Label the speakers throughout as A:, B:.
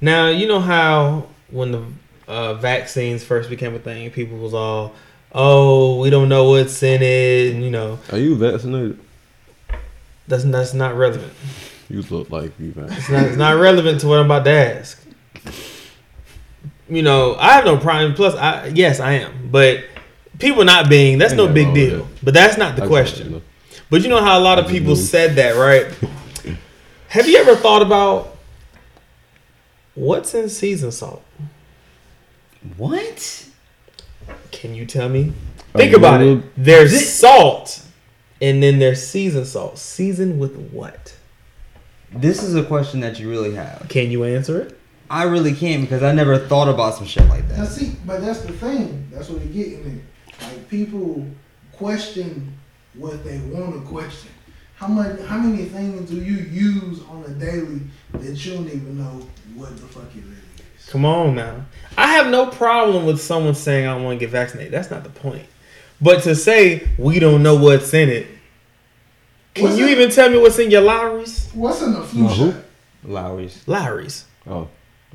A: Now you know how when the uh, vaccines first became a thing, people was all, "Oh, we don't know what's in it," and you know
B: Are you vaccinated?
A: that's that's not relevant.
B: You look like you vaccinated.
A: It's not, it's not relevant to what I'm about to ask. You know, I have no problem. Plus, I yes, I am, but people not being that's
B: Ain't
A: no
B: nothing
A: big
B: wrong with
A: deal.
B: that.
A: But that's not the
B: I just
A: question.
B: wanted
A: But you know how a lot of
B: just
A: people
B: moved.
A: said that, right? Have you ever thought about what's in season salt?
C: What?
A: Can you tell me?
B: A
A: Think about it.
B: little-
A: There's salt, and then there's seasoned salt. Seasoned with what?
C: This is a question that you really have.
A: Can you answer it?
C: I really can't because I never thought about some shit like
D: Now
C: that.
D: see, but that's the thing. That's what they're getting at. Like people question what they want to question. How much? How many things do you use on a daily that you don't even know what the fuck it really is?
A: Come on now. I have no problem with someone saying I want to get vaccinated. That's not the point. But to say we don't know what's in it, can
D: What's
A: you
D: in-
A: even tell me what's in your lotteries?
D: What's in the flu
B: Uh, who?
D: shot?
C: Lowry's.
A: Lotteries.
B: Oh, I was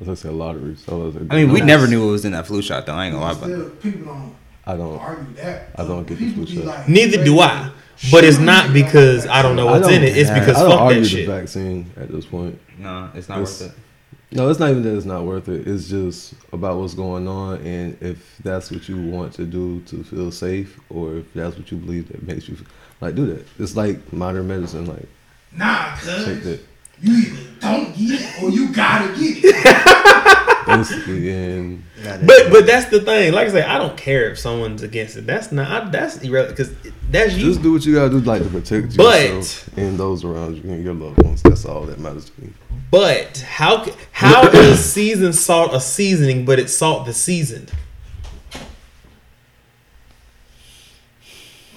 B: gonna say lottery. So I, was like,
C: I mean, we
A: Nice.
C: never knew what was in that flu shot though. I ain't gonna lie about
D: Still, people don't
B: I don't.
D: argue that.
B: I don't get the
D: People
B: flu
D: be
B: shot.
D: like,
A: Neither do I.
D: "Shit,
A: But it's
D: I'm
A: not
D: getting
A: because
D: that
A: I don't know
D: vaccine."
A: what's
B: I
A: in
B: don't-
A: it. It's
C: yeah,
A: because
B: I don't
A: fuck
B: argue
A: that
B: the
A: shit.
B: vaccine at this point.
C: that. No, it's not
B: It's-
C: worth it.
B: No, it's not even that it's not worth it. It's just about what's going on and if that's what you want to do to feel safe or if that's what you believe that makes you like do that. It's like modern medicine, like
D: Nah,
B: take
D: cuz
B: that.
D: you either don't get it or you gotta get it.
B: Basically, and
A: But but that's the thing. Like I say, I don't care if someone's against it. That's not. I, that's irrelevant because that's you.
B: just do what you gotta do like to protect
A: But-
B: yourself and those around you and your loved ones. That's all that matters to me.
A: But how c- how is seasoned salt a seasoning, but it's salt the seasoned?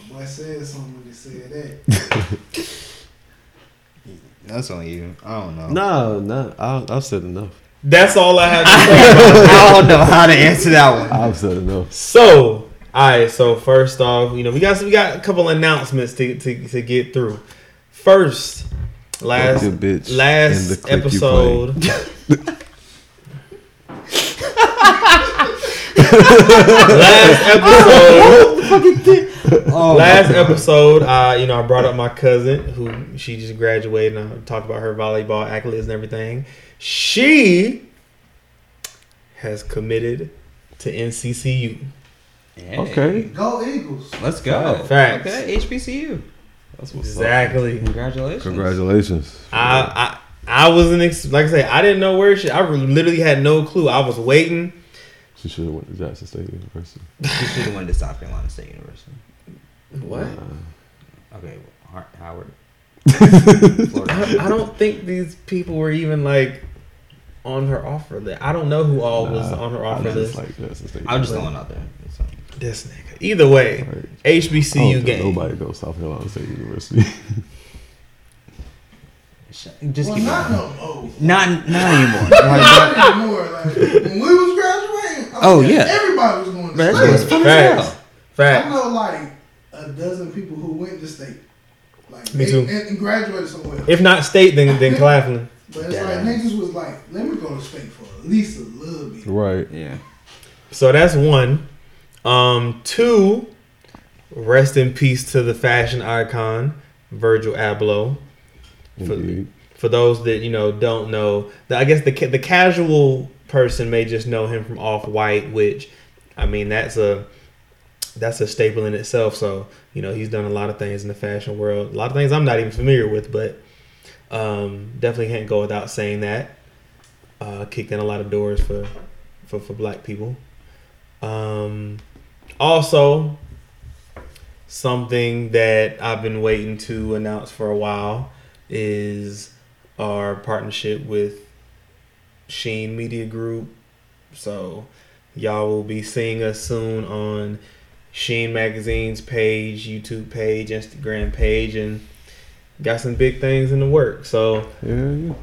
D: My boy said something when they said that.
C: That's on you. I don't know.
B: No, no, I I've said enough.
A: That's all I have to say.
C: I don't know how to answer that one.
B: I've said enough.
A: so all right. So first off, you know we got we got a couple announcements to to, to get through. First, last
B: Fuck your bitch and the
A: last
B: clip you
A: episode. last episode.
C: Oh,
A: Last episode, I you know I brought up my cousin who she just graduated and I talked about her volleyball accolades and everything. She has committed to NCCU.
C: Hey,
B: Okay.
D: Go Eagles.
C: Let's go.
A: Facts.
C: Okay, HBCU.
B: That's what's up.
A: Exactly.
C: Congratulations.
B: Congratulations.
A: I I I wasn't ex- like I say I didn't know where she. I re- literally had no clue. I was waiting.
B: She should have went to Jackson State University.
C: You should have went to South Carolina State University.
A: What?
C: Okay, well, Har- Howard.
A: I,
C: Florida.
A: I don't think these people were even like on her offer list. I don't know who all was
B: Nah,
A: on her
B: I
A: offer
B: just
A: list.
B: Like Jackson State.
C: I'm just throwing out there. It's not-
A: this nigga. Either way,
B: Right. I don't
A: HBCU
B: think
A: game.
B: Oh, Nobody goes to South Carolina State University.
C: Sh- Just
D: well,
C: keep
D: not
C: going.
D: no more.
C: Not not anymore. Like,
D: Not anymore. Like when we was graduating. I
C: Oh,
D: mean,
C: yeah.
D: Everybody was going to
C: Bro,
D: state.
C: that was fun as
A: Facts.
C: hell.
D: I
A: Facts.
D: know like a dozen people who went to state. Like
A: Me
D: they-
A: too.
D: And, and graduated somewhere.
A: If not state, then then Claflin.
D: but it's
C: Yeah.
D: like niggas was like, let me go to state for at least a little bit.
B: right.
C: Yeah.
A: So that's one. Um, two. Rest in peace to the fashion icon Virgil Abloh. For-
B: Indeed.
A: For those that you know don't know, the, I guess the ca- the casual person may just know him from Off White, which I mean that's a that's a staple in itself. So you know he's done a lot of things in the fashion world, a lot of things I'm not even familiar with, but um, definitely can't go without saying that. Uh, kicked in a lot of doors for for, for black people. Um, also, something that I've been waiting to announce for a while is our partnership with Sheen Media Group. So, y'all will be seeing us soon on Sheen Magazine's page, YouTube page, Instagram page, and got some big things in the work. So
B: Yeah, yeah.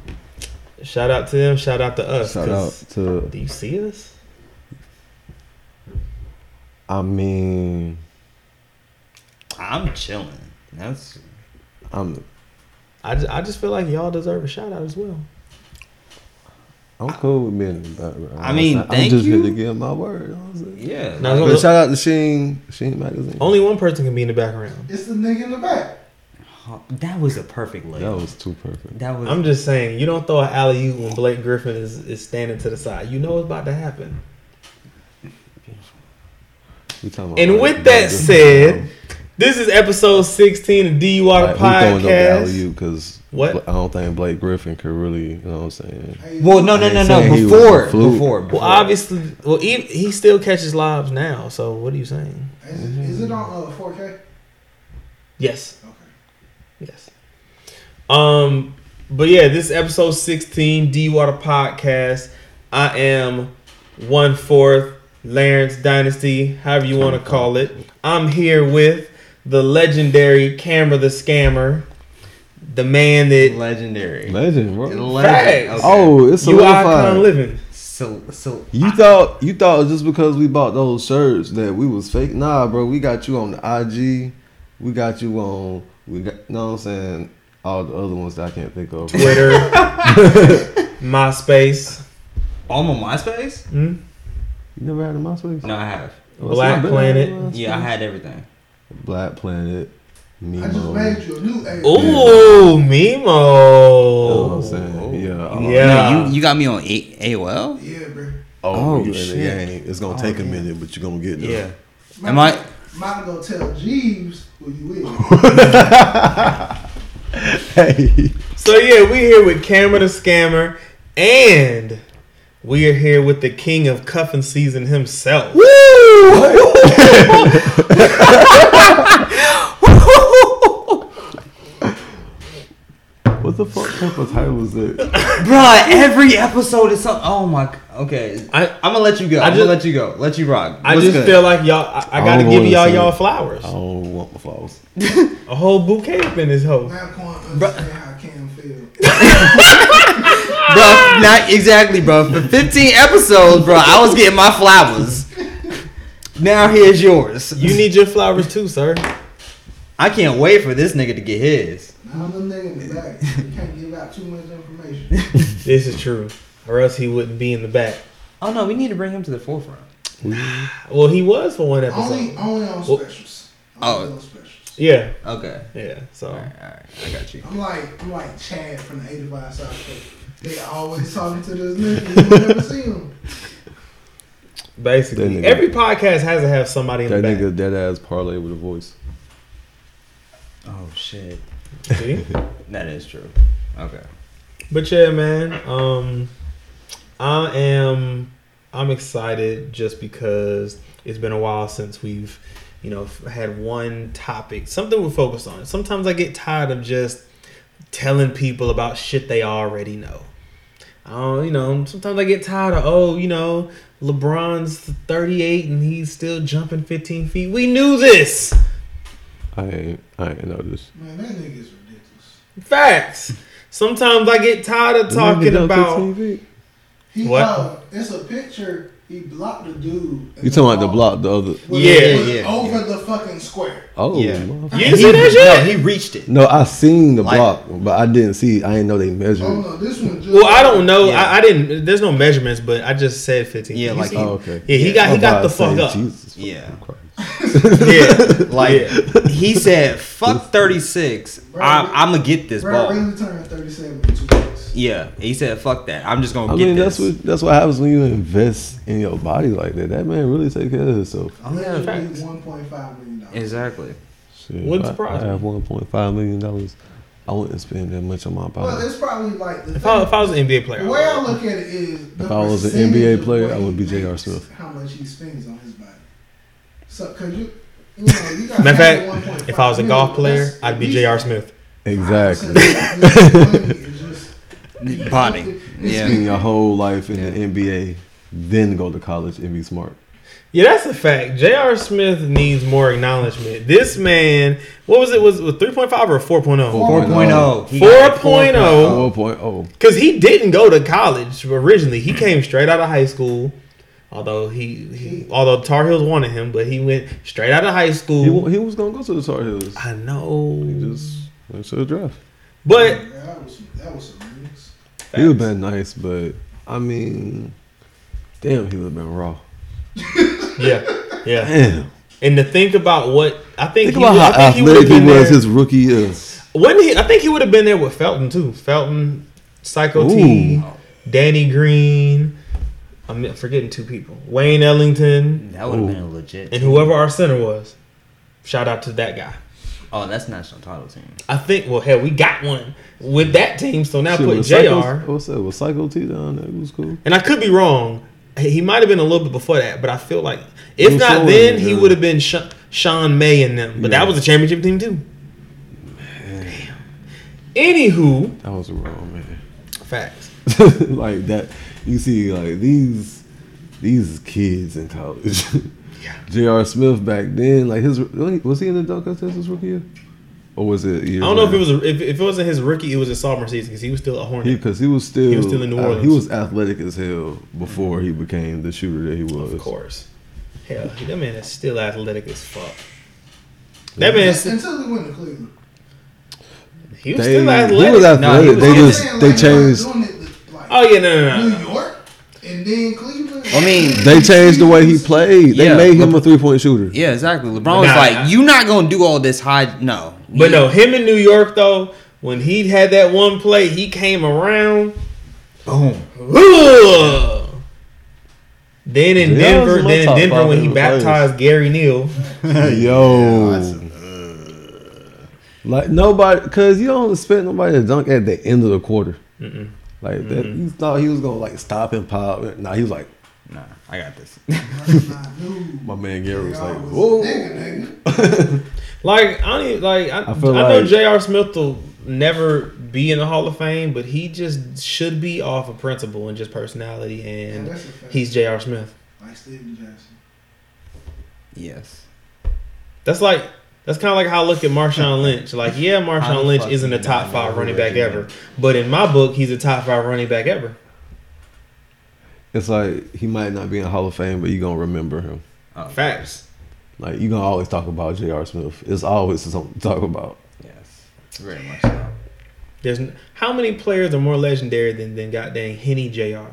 A: shout out to them. Shout out to us.
B: Shout
A: 'cause-
B: out to.
A: Do you see us?
B: I mean,
C: I'm chilling. That's
B: I'm.
A: I just, I just feel like y'all deserve a shout out as well.
B: I'm cool with being in the background.
C: I mean,
B: I'm
C: thank
B: just
C: you.
B: here to give my word. you know what I'm saying?
C: yeah.
A: No, no,
B: But
A: no.
B: shout out to Sheen, Sheen magazine.
A: Only one person can be in the background.
D: It's the nigga in the back.
C: Huh, That was a perfect layup.
B: that was too perfect.
C: That was.
A: I'm just saying, you don't throw an alley oop when Blake Griffin is, is standing to the side. You know what's about to happen.
B: We talking about
A: And
B: like,
A: with that
B: just-
A: said, this is episode 16 of DUI
B: like, we throwing up alley
A: podcast.
B: oop because
A: What?
B: I don't think Blake Griffin could really. You know what I'm saying?
D: Hey,
C: well, no, no,
B: I
C: no,
B: ain't
C: no.
B: saying he was
C: Before,
B: a fluke.
C: before,
A: Well,
C: before.
A: obviously, well, he, he still catches lives now. So what are you saying?
D: Is it, is it on uh, 4K?
A: Yes,
D: Okay.
A: yes. Um, but yeah, this is episode 16 D Water podcast. I am one fourth Lawrence Dynasty, however you want to call it. I'm here with the legendary Camera the Scammer, the man that
C: legendary.
B: Legend, bro.
C: Legend.
A: Facts.
B: Oh, it's
A: you icon
B: solidified.
A: living.
C: so so
B: You thought you thought just because we bought those shirts that we was fake? Nah, bro. We got you on the IG. We got you on. We got. You know what I'm saying? All the other ones that I can't think of.
A: Twitter, MySpace,
C: I'm on MySpace.
A: hmm?
B: You never had a MySpace?
C: No, I have.
B: What's
A: Black
B: my bad?
A: Planet.
C: Yeah, I had everything.
B: Black Planet.
D: I just
B: Nemo.
D: made you a new age.
A: Ooh,
B: You know what I'm
A: Mimo.
B: saying? Yeah.
A: Oh. Yeah.
B: oh,
C: Yeah, you, you got me on A- AOL.
D: Yeah, bro.
B: Oh,
C: Oh,
B: you in the
C: shit.
B: game. It's gonna
C: Oh,
B: take a
C: yeah.
B: minute, but you're gonna get there.
C: Yeah. Am I-
D: Might go tell Jeeves who you is.
B: Hey.
A: So yeah, we here with Cameron the Scammer, and we are here with the king of cuffing season himself.
B: What the fuck type of title is that?
C: Bruh, every episode is something. Oh my. g- Okay,
A: I-
C: I, I'm gonna let you go.
A: I
C: I'm
A: just-
C: gonna let you go. Let you rock.
A: I
C: What's
A: just
C: good?
A: feel like y'all, I, I
B: I
A: gotta
B: don't
A: give
B: wanna
A: y'all
B: see
A: y'all
B: it. Oh.
A: flowers.
B: I don't want my flowers.
A: A whole bouquet up in this hoe.
D: Now Quan
C: Bro.
D: understand how Cam feel.
C: bro. Not exactly, bro. For 15 episodes, bro, I was getting my flowers. Now here's yours.
A: You need your flowers too, sir.
C: I can't wait for this nigga to get his.
D: Now I'm the nigga in the back. You can't give out too much information.
A: This is true, or else he wouldn't be in the back.
C: Oh no, we need to bring him to the forefront.
A: Well, he was for one
D: only,
A: episode.
D: only on
A: Well-
D: specials.
C: Oh.
D: Only on specials.
A: Yeah,
C: Okay.
A: yeah.
C: All
A: So
C: right, all right. I got you.
D: I'm like, I'm like Chad from the 85 South Show. They always talking to this nigga. You never see him.
A: basically,
B: That nigga-
A: every podcast has to have somebody in
B: That
A: the back.
B: nigga dead ass parlay with a voice.
C: Oh shit.
A: See?
C: That is true. Okay.
A: But yeah, man. Um, I am. I'm excited just because it's been a while since we've, you know, f- had one topic, something we're focused on. Sometimes I get tired of just telling people about shit they already know. Oh, you know, sometimes I get tired of oh, you know, LeBron's 38 and he's still jumping 15 feet. We knew this.
B: I ain't I ain't know this.
D: Man, that nigga is ridiculous.
A: Facts. Sometimes I get tired of talking about.
B: You
D: He,
A: What?
D: Uh, it's a picture. He blocked the dude.
B: talking about the block the other?
D: Well,
A: Yeah,
D: it was
C: yeah, yeah.
D: Over the fucking square.
B: Oh,
C: Yeah.
B: motherfucker.
A: You didn't see that shit?
C: No, he reached it.
B: No, I seen the
C: Like-
B: block, but I didn't see. I didn't know they measured.
D: Oh
B: it.
D: no, this one. Just
A: Well, I don't know.
C: Yeah.
A: I, I didn't. There's no measurements, but I just said 15.
C: Yeah,
A: You
C: like
A: see?
B: Oh, okay.
A: yeah, he got he
B: I'm
A: got
B: about
A: the
B: to
A: fuck
B: say,
A: up.
B: Jesus fucking
C: Yeah.
B: Christ.
A: Yeah,
C: Like
A: Yeah.
C: he said, "Fuck 36. I, I'm gonna get this
D: Bro,
C: ball."
D: really turned 37 in two weeks.
C: Yeah, he said, "Fuck that. I'm just gonna
B: I
C: get
B: mean,
C: this."
B: that's what that's what happens when you invest in your body like that. That man really take care of himself.
C: Oh, yeah,
D: Literally
A: facts.
D: 1.5 million dollars.
C: exactly.
B: Shit,
A: Wouldn't
B: if I-
A: surprise
B: I have
A: me.
B: one point five million dollars. I wouldn't spend that much on my
D: Well,
B: body.
D: it's probably like the,
A: if I, if
D: thing-
A: I was an NBA player, I
D: the way I
A: would.
D: look at it is. the
B: If I was an
D: percentage
B: NBA
D: of
B: player,
D: what
B: I would be
D: he
B: J.R.
D: makes,
B: Smith.
D: How much he spends on his body. So, cause you, you know, you got
A: Matter of
D: 1.5
A: if I was a
D: million,
A: golf player,
D: that's
A: I'd be
D: at least
A: J.R. Smith.
B: Exactly.
D: 5% of his money is just-
C: Body.
D: It's-
C: Yeah.
B: Spend your whole life in
C: Yeah.
B: the NBA, then go to college and be smart.
A: Yeah, that's a fact. J.R. Smith needs more acknowledgement. This man, what was it? Was it 3.5 or oh? 4.0?
C: 4.0. oh. He got
A: 4.0.
B: Four point oh.
A: Because he didn't go to college originally. He came straight out of high school. Although he, he although Tar Heels wanted him, but he went straight out of high school.
B: He, wa- he was gonna go to the Tar Heels.
A: I
B: He
A: know.
B: just went to the draft.
A: But
D: Yeah, that was that was some mix.
B: He would have been nice, but I mean, damn, he would have been raw.
A: yeah, yeah.
B: Damn.
A: And to think about what I think,
B: Think
A: he,
B: about
A: would-
B: how
A: I think he would
B: athletic
A: have
B: he
A: been
B: was
A: there.
B: his rookie year.
A: Wouldn't he? I think he would have been there with Felton too. Felton, Psycho T, Danny Green. I'm forgetting two people: Wayne Ellington
C: That would have been legit.
A: and whoever our center was. Shout out to that guy.
C: Oh, that's national title team.
A: I think. Well, hell, we got one with that team. So now
B: Shit,
A: put
B: was
A: Jr.
B: Psycho- What's that? Was Psycho T down there? It was cool.
A: And I could be wrong. He might have been a little bit before that, but I feel like if
B: Well,
A: not
B: so,
A: then, he
B: yeah.
A: would have been Sha Sean May and them. But that
B: Yeah.
A: was a championship team too. Damn. Anywho,
B: That was raw, man.
A: facts.
B: like that, you see, like these these kids in college.
A: Yeah.
B: J.R. Smith back then, like his was he in the dunk contest his rookie year, or was it?
A: I don't know if it was a, if, if it wasn't his rookie, it was his sophomore season because he was still a Hornet.
B: because he, was still
A: He was still in New
B: uh,
A: Orleans.
B: he was athletic as hell before he became the shooter that he was.
A: of course. Hell, that man is still athletic as fuck. That man, is-
D: Until they went to Cleveland.
A: he was
B: They,
A: still athletic.
B: He was athletic.
A: No, he was
B: they
A: good.
B: just
D: I'm saying,
B: they
D: like,
B: changed
D: y'all doing it, like,
A: Oh yeah, no, no, no, no.
D: New York and then Cleveland.
C: I mean,
B: they changed the way he played. They
C: Yeah.
B: made him a three point shooter.
C: Yeah, exactly. LeBron was
A: Nah.
C: like, "You not gonna do all this high." No,
A: But
C: You-
A: no, him in New York though, when he had that one play, he came around.
C: boom.
A: Ugh. Then in
B: Yeah, that was
A: Denver,
B: my
A: then in
B: top
A: Denver
B: five
A: when he
B: favorite players.
A: baptized Gary Neal.
B: Yo. like nobody, cause you don't expect nobody to dunk at the end of the quarter. Like that, you thought he was gonna like stop and pop. Nah, he was like,
C: Nah, I got this.
D: That's not new.
B: my man Gary was
D: Y'all
B: like,
D: was
B: whoa.
D: nigga, nigga.
A: Like I don't even, like I, I,
B: I feel
A: know
B: like-
A: J.R. Smith will never be in the Hall of Fame, but he just should be off of principle and just personality,
D: Yeah,
A: and
D: that's a fact.
A: he's J.R. Smith.
D: like Steven Jackson.
C: yes.
A: That's like that's kind of like how I look at Marshawn Lynch. Like yeah,
C: How the
A: Marshawn Lynch
C: fuck
A: isn't
C: you
A: a top
C: not
A: five
C: know
A: running
C: who
A: back
C: Reggie
A: ever,
C: Miller
A: but in my book, he's a top five running back ever.
B: It's like he might not be in the Hall of Fame, but you gonna remember him.
C: Oh,
A: Facts.
B: Like you gonna always talk about J.R. Smith. It's always something to talk about.
C: Yes. Very much so.
A: There's n- how many players are more legendary than than goddamn Henny Jr.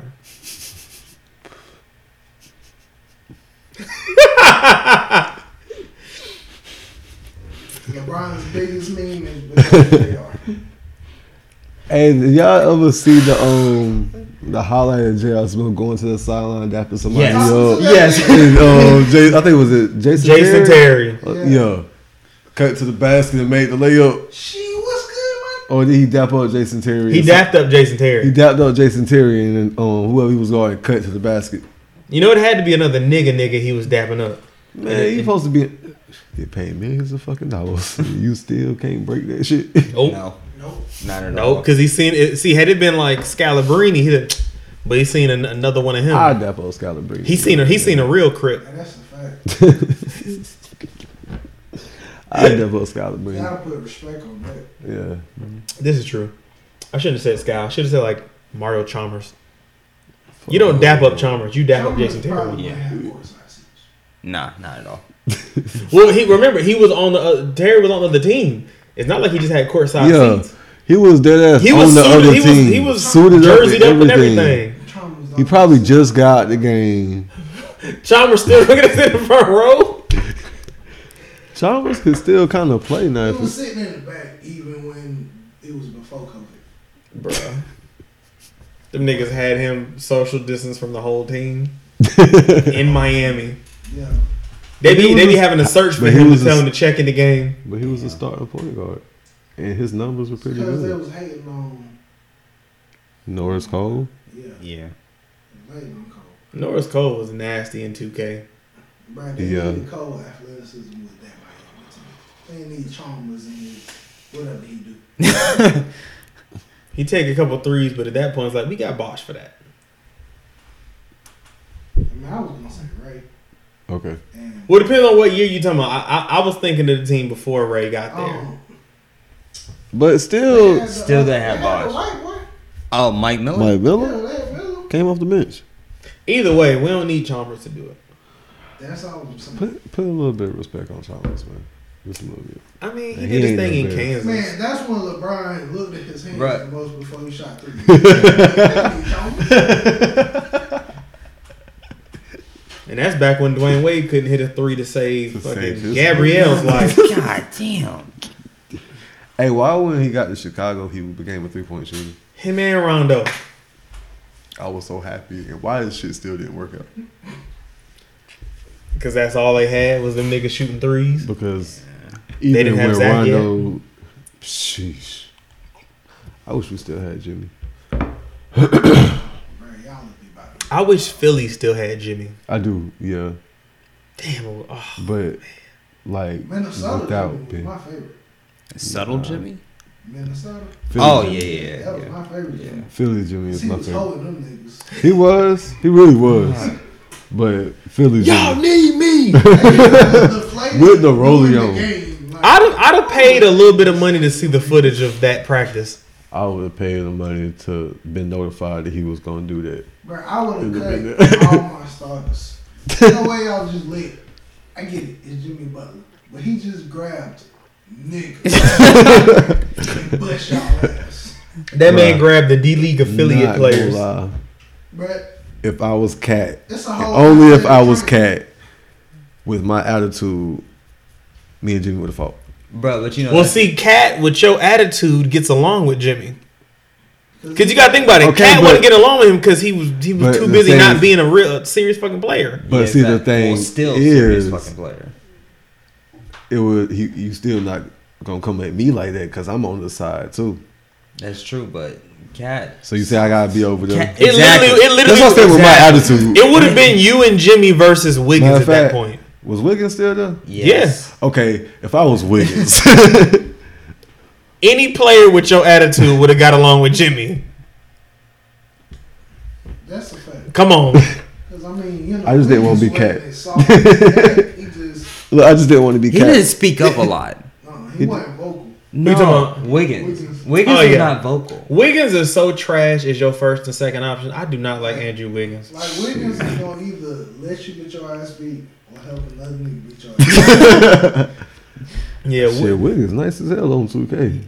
D: LeBron's biggest meme is they are.
B: Hey, did y'all ever see the um the highlight of J.R. Smith going to the sideline after somebody?
C: Yes.
B: Yo,
C: Yes.
B: and, um, Jay, I think it was it Jason.
A: Jason Terry.
B: Uh,
D: Yeah.
B: Yo, cut to the basket and made the layup.
D: She was good,
B: Or did Oh, he dap up Jason Terry?
A: He dapped up Jason
B: He
A: Terry.
B: dapped up Jason Terry and then, um, whoever he was guarding cut to the basket.
A: You know it had to be another nigga nigga he was dapping up.
B: Man, you supposed to be. They paid millions of fucking dollars. you still can't break that shit.
A: Oh no,
C: No,
D: man. Nope.
C: not at all.
A: because he seen it. See, had it been like Scalabrini, he'd, have- but he seen an, another one of him.
B: I dap up Skylar Briggs.
A: he seen a he seen a real crip.
D: And that's a fact.
B: I dap up Skylar
D: You
B: Briggs.
D: gotta put respect on that.
B: Yeah.
A: This is true. I shouldn't have said Scal. I should have said like Mario Chalmers. You don't dap up Chalmers. You dap up
D: Chalmers
A: Jason Terry.
D: probably
C: Yeah.
D: had four sides.
C: Nah, not at all.
A: Well, he remember he was on the uh, Terry was on the other team. It's not like he just had courtside
B: Yeah.
A: seats.
B: He was dead ass
A: He
B: on
A: was
B: the
A: suited,
B: other
A: he was-
B: team.
A: he was
B: suited
A: Jerseyed
B: up
A: up and
B: everything.
A: everything.
D: Trump was
B: He
D: the-
B: probably just got out the game.
A: Chalmers still looking at us in the front row.
B: Chalmers could still kind of play now.
D: He
B: If
D: was
B: it's,
D: sitting in the back even when it was before COVID.
A: Bruh. Them niggas had him social distance from the whole team in Miami.
D: Yeah.
A: They
B: But he
A: be they
B: was
A: be
B: a-
A: having a search for
B: but he
A: him to
B: was a-
A: tell him to check in the game.
B: but he was a starting point guard, and his numbers were pretty
D: Because they
B: good.
D: was hating on
B: Norris Cole.
D: yeah,
C: Yeah.
D: hating on Cole.
A: Norris Cole was nasty in 2K.
D: Right they
B: Yeah.
D: needed Cole athleticism with that Miami team. They didn't need Chalmers in his whatever he do.
A: He take a couple threes, but at that point, it's like we got Bosch for that.
D: I mean I was gonna say right.
B: Oh, Okay.
D: And
A: Well, depending on what year you talking about. I, I, I was thinking of the team before Ray got there.
D: um,
B: But
D: they
B: still,
D: had the,
C: still
D: uh,
C: they had
D: had the
C: bars.
D: white boy.
C: Oh, Mike Miller.
B: Mike
D: Yeah,
B: Miller
D: they had Miller.
B: came off the bench.
A: Either way, we don't need Chalmers to do it.
D: That's all I'm saying.
B: Put put a little bit of respect on Thomas, man. Just a little bit.
A: I mean, he
B: He
A: did his
B: ain't
A: thing in
B: no
A: Kansas.
D: Man, that's when LeBron looked at his hands
C: Right.
D: the most before he shot three. That
A: And that's back when Dwayne Wade couldn't hit a three to
B: To
A: save
B: save
A: fucking
B: his-
A: Gabrielle's life.
C: God damn.
B: Hey, why when he got to Chicago, he became a three point shooter?
A: Him and Rondo.
B: I was so happy. And why this shit still didn't work out?
A: Because that's all they had was them niggas shooting threes.
B: Because
A: They
B: even
A: didn't have
B: with
A: Zach yet.
B: Rondo, sheesh. I wish we still had Jimmy.
D: Bro, y'all would be about to
A: I wish Philly still had Jimmy.
B: I do, yeah.
A: Damn. Oh.
B: But like
D: Minnesota
B: without
D: was
B: Ben.
D: my favorite.
C: Subtle
B: Nah.
C: Jimmy?
D: Minnesota.
B: Philly,
C: Oh, yeah,
B: Jimmy.
C: yeah,
D: that was
C: yeah.
D: my favorite. Yeah.
B: Philly Jimmy is
D: He
B: my
D: was
B: favorite.
D: holding them niggas.
B: He was. He really was. But Philly Jimmy.
A: need me.
D: the flavor
B: With the
D: during
B: Roleo.
D: game, like,
A: I'd have, I'd have paid a little bit of money to see the footage of that practice.
B: I would have paid the money to been notified that he was gonna do that.
D: Bro, I
B: Could've
D: would
B: been
D: have cut all my starters. No way I was just lit. I get it. It's Jimmy Butler. But he just grabbed niggas and bust y'all ass.
A: That man
B: Bruh.
A: grabbed the D League affiliate
B: Not gonna
A: players.
B: lie.
D: Bro,
B: If I was cat,
D: it's a
C: Oh,
D: whole
B: only if I
D: different
B: was
D: track.
B: cat, with my attitude, me and Jimmy would have fought.
C: Bro, but you know.
A: Well,
C: that's-
A: see, Cat with your attitude gets along with Jimmy.
D: 'Cause
A: Cause you gotta think about it.
B: Okay,
A: Cat
B: but-
A: wouldn't get along with him because he was he
B: but
A: was too
B: the
A: busy
B: thing
A: not
B: is-
A: being a real a serious fucking player.
B: But
C: Yeah,
B: see, the
C: exactly.
B: thing
C: Well, still
B: is-
C: serious fucking player.
B: It would. He, you still not gonna come at me like that because I'm on the side too.
C: That's true, but Cat.
B: So you say I gotta be over there.
C: Cat
A: It literally- it literally-
B: That's what I said with my
C: Exactly.
B: attitude.
A: It would have been you and Jimmy versus Wiggins
B: Matter
A: at
B: of
A: that
B: fact-
A: point.
B: Was Wiggins still there?
C: Yes.
B: Okay, if I was Wiggins,
A: Any player with your attitude would have got along with Jimmy.
D: That's a fact.
A: Come on,
D: Because I mean, you know,
B: I just didn't wanna be
D: Wiggins
B: Cat.
D: wasn't as soft as Cat. He just,
B: look, I just didn't want to be
C: He
B: cat.
C: didn't speak up a lot.
D: no, he wasn't vocal.
A: you
C: No,
A: talking
C: Wiggins.
D: Wiggins.
C: Wiggins
A: Oh,
C: is
A: yeah.
C: not vocal.
A: Wiggins is so trash as your first and second option. I do not like Andrew Wiggins.
D: Like Wiggins is gonna either let you get your ass beat or help another nigga get your ass.
A: Yeah, uh, Wi-
B: Shit, Wiggins nice as hell on 2K.
D: beat.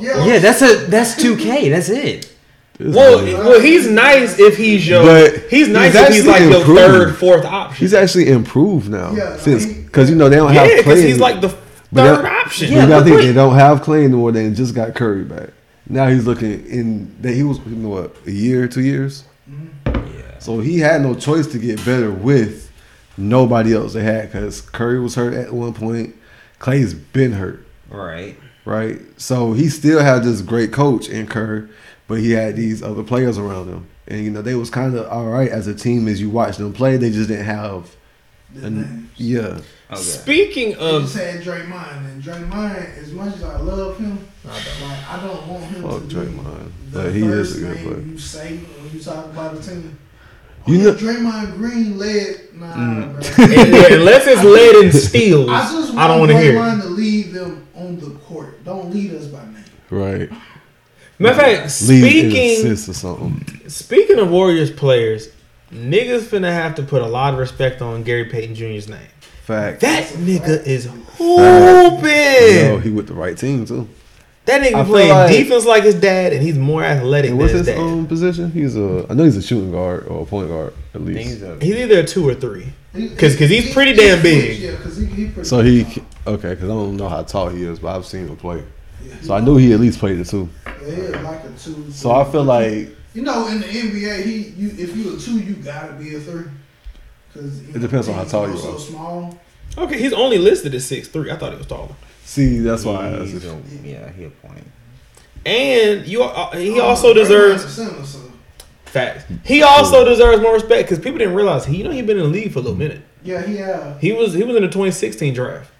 C: Yeah, that's a that's 2K. That's it.
B: It's
A: well,
B: nice.
A: well, he's nice if he's your.
B: But
A: he's nice
B: he's
A: if he's
B: actually
A: like your
B: improved.
A: third, fourth option.
B: he's actually improved now
D: Yeah,
B: since
D: I mean-
B: because you know they don't
A: Yeah,
B: have
A: because
B: Clay.
A: he's like the
B: But that-
A: third option.
B: But you
C: Yeah,
B: gotta
C: but
B: think
C: what-
B: they don't have Clay anymore. They just got Curry back. Now he's looking in that he was you know what a year, two years.
C: Yeah.
B: So he had no choice to get better with nobody else they had because Curry was hurt at one point. Clay's been hurt,
C: Right.
B: right? So he still had this great coach in Kerr, but he had these other players around him, and you know they was kind of all right as a team as you watch them play. They just didn't have,
D: The
B: an,
D: names.
B: yeah.
C: Okay.
A: Speaking
D: They
A: of
D: just had Draymond, and Draymond, as much as I love him, like I don't want him
B: Fuck
D: to be
B: Draymond,
D: the
B: but he
D: first
B: is a good
D: thing
B: player.
D: you say when you talk about a team.
B: You
D: You
B: know- Mm.
D: know, Draymond Green led. Nah, bro.
A: And, yeah, unless it's lead and steel,
D: I just want
A: I don't want to hear. it.
D: Draymond to lead them on the court. Don't lead us by name.
B: Right.
A: Matter of fact,
B: Lead in
A: speaking
B: assists or something.
A: speaking of Warriors players, niggas finna have to put a lot of respect on Gary Payton Jr.'s name.
B: Fact.
A: That nigga is
B: Yo,
A: hooping.
B: he with the right team too.
A: That
B: I
A: nigga
B: feel
A: be playing
B: like-
A: defense like his dad, and he's more athletic
B: And
A: than
B: what's
A: his
B: his
A: dad.
B: um, position? He's a I know he's a shooting guard or a point guard at
C: Things
B: least.
C: of-
A: He's either a two or three.
D: He-
A: 'Cause- 'cause he's
D: he-
A: pretty
D: he
A: damn
D: switched,
A: big.
D: Yeah, because he, he pretty
B: So he okay, because I don't know how tall he is, but I've seen him play.
D: Yeah, he-
B: So I knew he at least played the two.
D: Yeah, like a two.
B: So I feel like
D: you know in the NBA, he you if you a two, you gotta be a three. Cause
B: It depends on how tall you
D: So
B: are.
D: small.
A: Okay, he's only listed as six three. I thought he was taller.
B: see that's why I asked if,
C: He's a- Yeah, he a point.
A: And you, are- uh, he
D: Oh,
A: also
D: Draymond's
A: deserves
D: a center, so
A: facts. He also deserves more respect because people didn't realize he, you know, he been in the league for a little minute.
D: Yeah, he uh,
A: He was he was in the 2016 draft.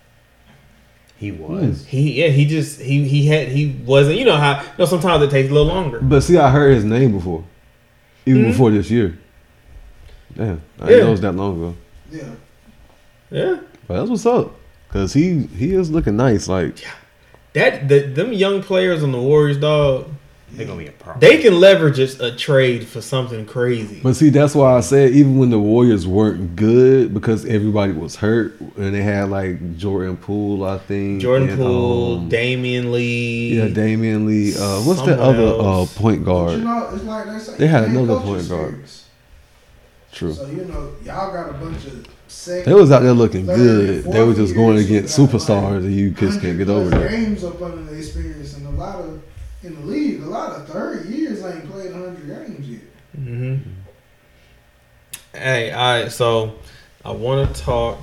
C: He
A: Hmm.
C: was.
A: He yeah he just he he had he wasn't you know how you know sometimes it takes a little longer.
B: But see I heard his name before. Even
A: Mhm.
B: before this year. Damn. I
A: Yeah.
B: didn't know it was that long ago.
D: yeah.
A: Yeah.
B: But that's what's up. Cause he he is looking nice. Like
A: That the, them young players on the Warriors, dog,
C: They're gonna be a problem.
A: they can leverage just a trade for something crazy.
B: But see, that's why I said even when the Warriors weren't good, because everybody was hurt, and they had like Jordan Poole, I think.
A: Jordan
B: and,
A: Poole,
B: um,
A: Damian Lee.
B: yeah, Damian Lee. Uh, what's
A: Someone
B: the other uh,
A: else.
B: point
D: But
B: guard?
D: you know, it's like that's like
B: They had
D: man,
B: another
D: culture
B: point guard.
D: series.
B: True.
D: So you know, y'all got a bunch of second.
B: They was out there looking
D: third,
B: good.
D: fourth
B: They were just going
D: years
B: against
D: who got,
B: superstars, and you just can't get over
D: 100
B: that.
D: plus Games up under the experience, and a lot of in the league, a lot of third years ain't played hundred games yet.
A: hmm Hey, all right. So I want to talk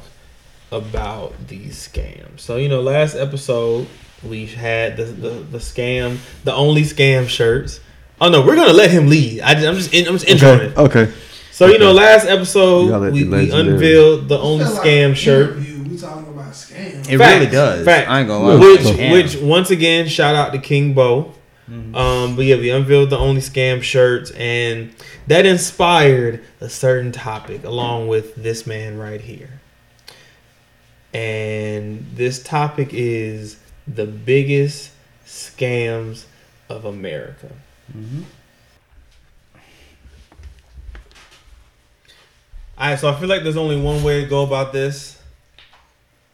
A: about these scams. So you know, last episode we had the the, the scam, the only scam shirts. Oh no, we're gonna let him lead. I, am just in- I'm just introing
B: Okay.
A: it.
B: okay.
A: So you know,
B: okay.
A: last
B: You gotta
A: episode
B: let
A: we,
B: the
A: we
B: legendary-
A: unveiled the only
D: I feel like
A: scam
D: an
A: shirt.
D: interview, We talking about scam.
C: it
A: Facts,
C: really does.
A: facts.
C: I ain't gonna lie.
A: Which,
C: Damn.
A: which, once again, shout out to King Bo.
C: Mhm.
A: Um, but yeah, we unveiled the only scam shirts, and that inspired a certain topic, along with this man right here. And this topic is the biggest scams of America.
C: Mm-hmm.
A: All right, so I feel like there's only one way to go about this.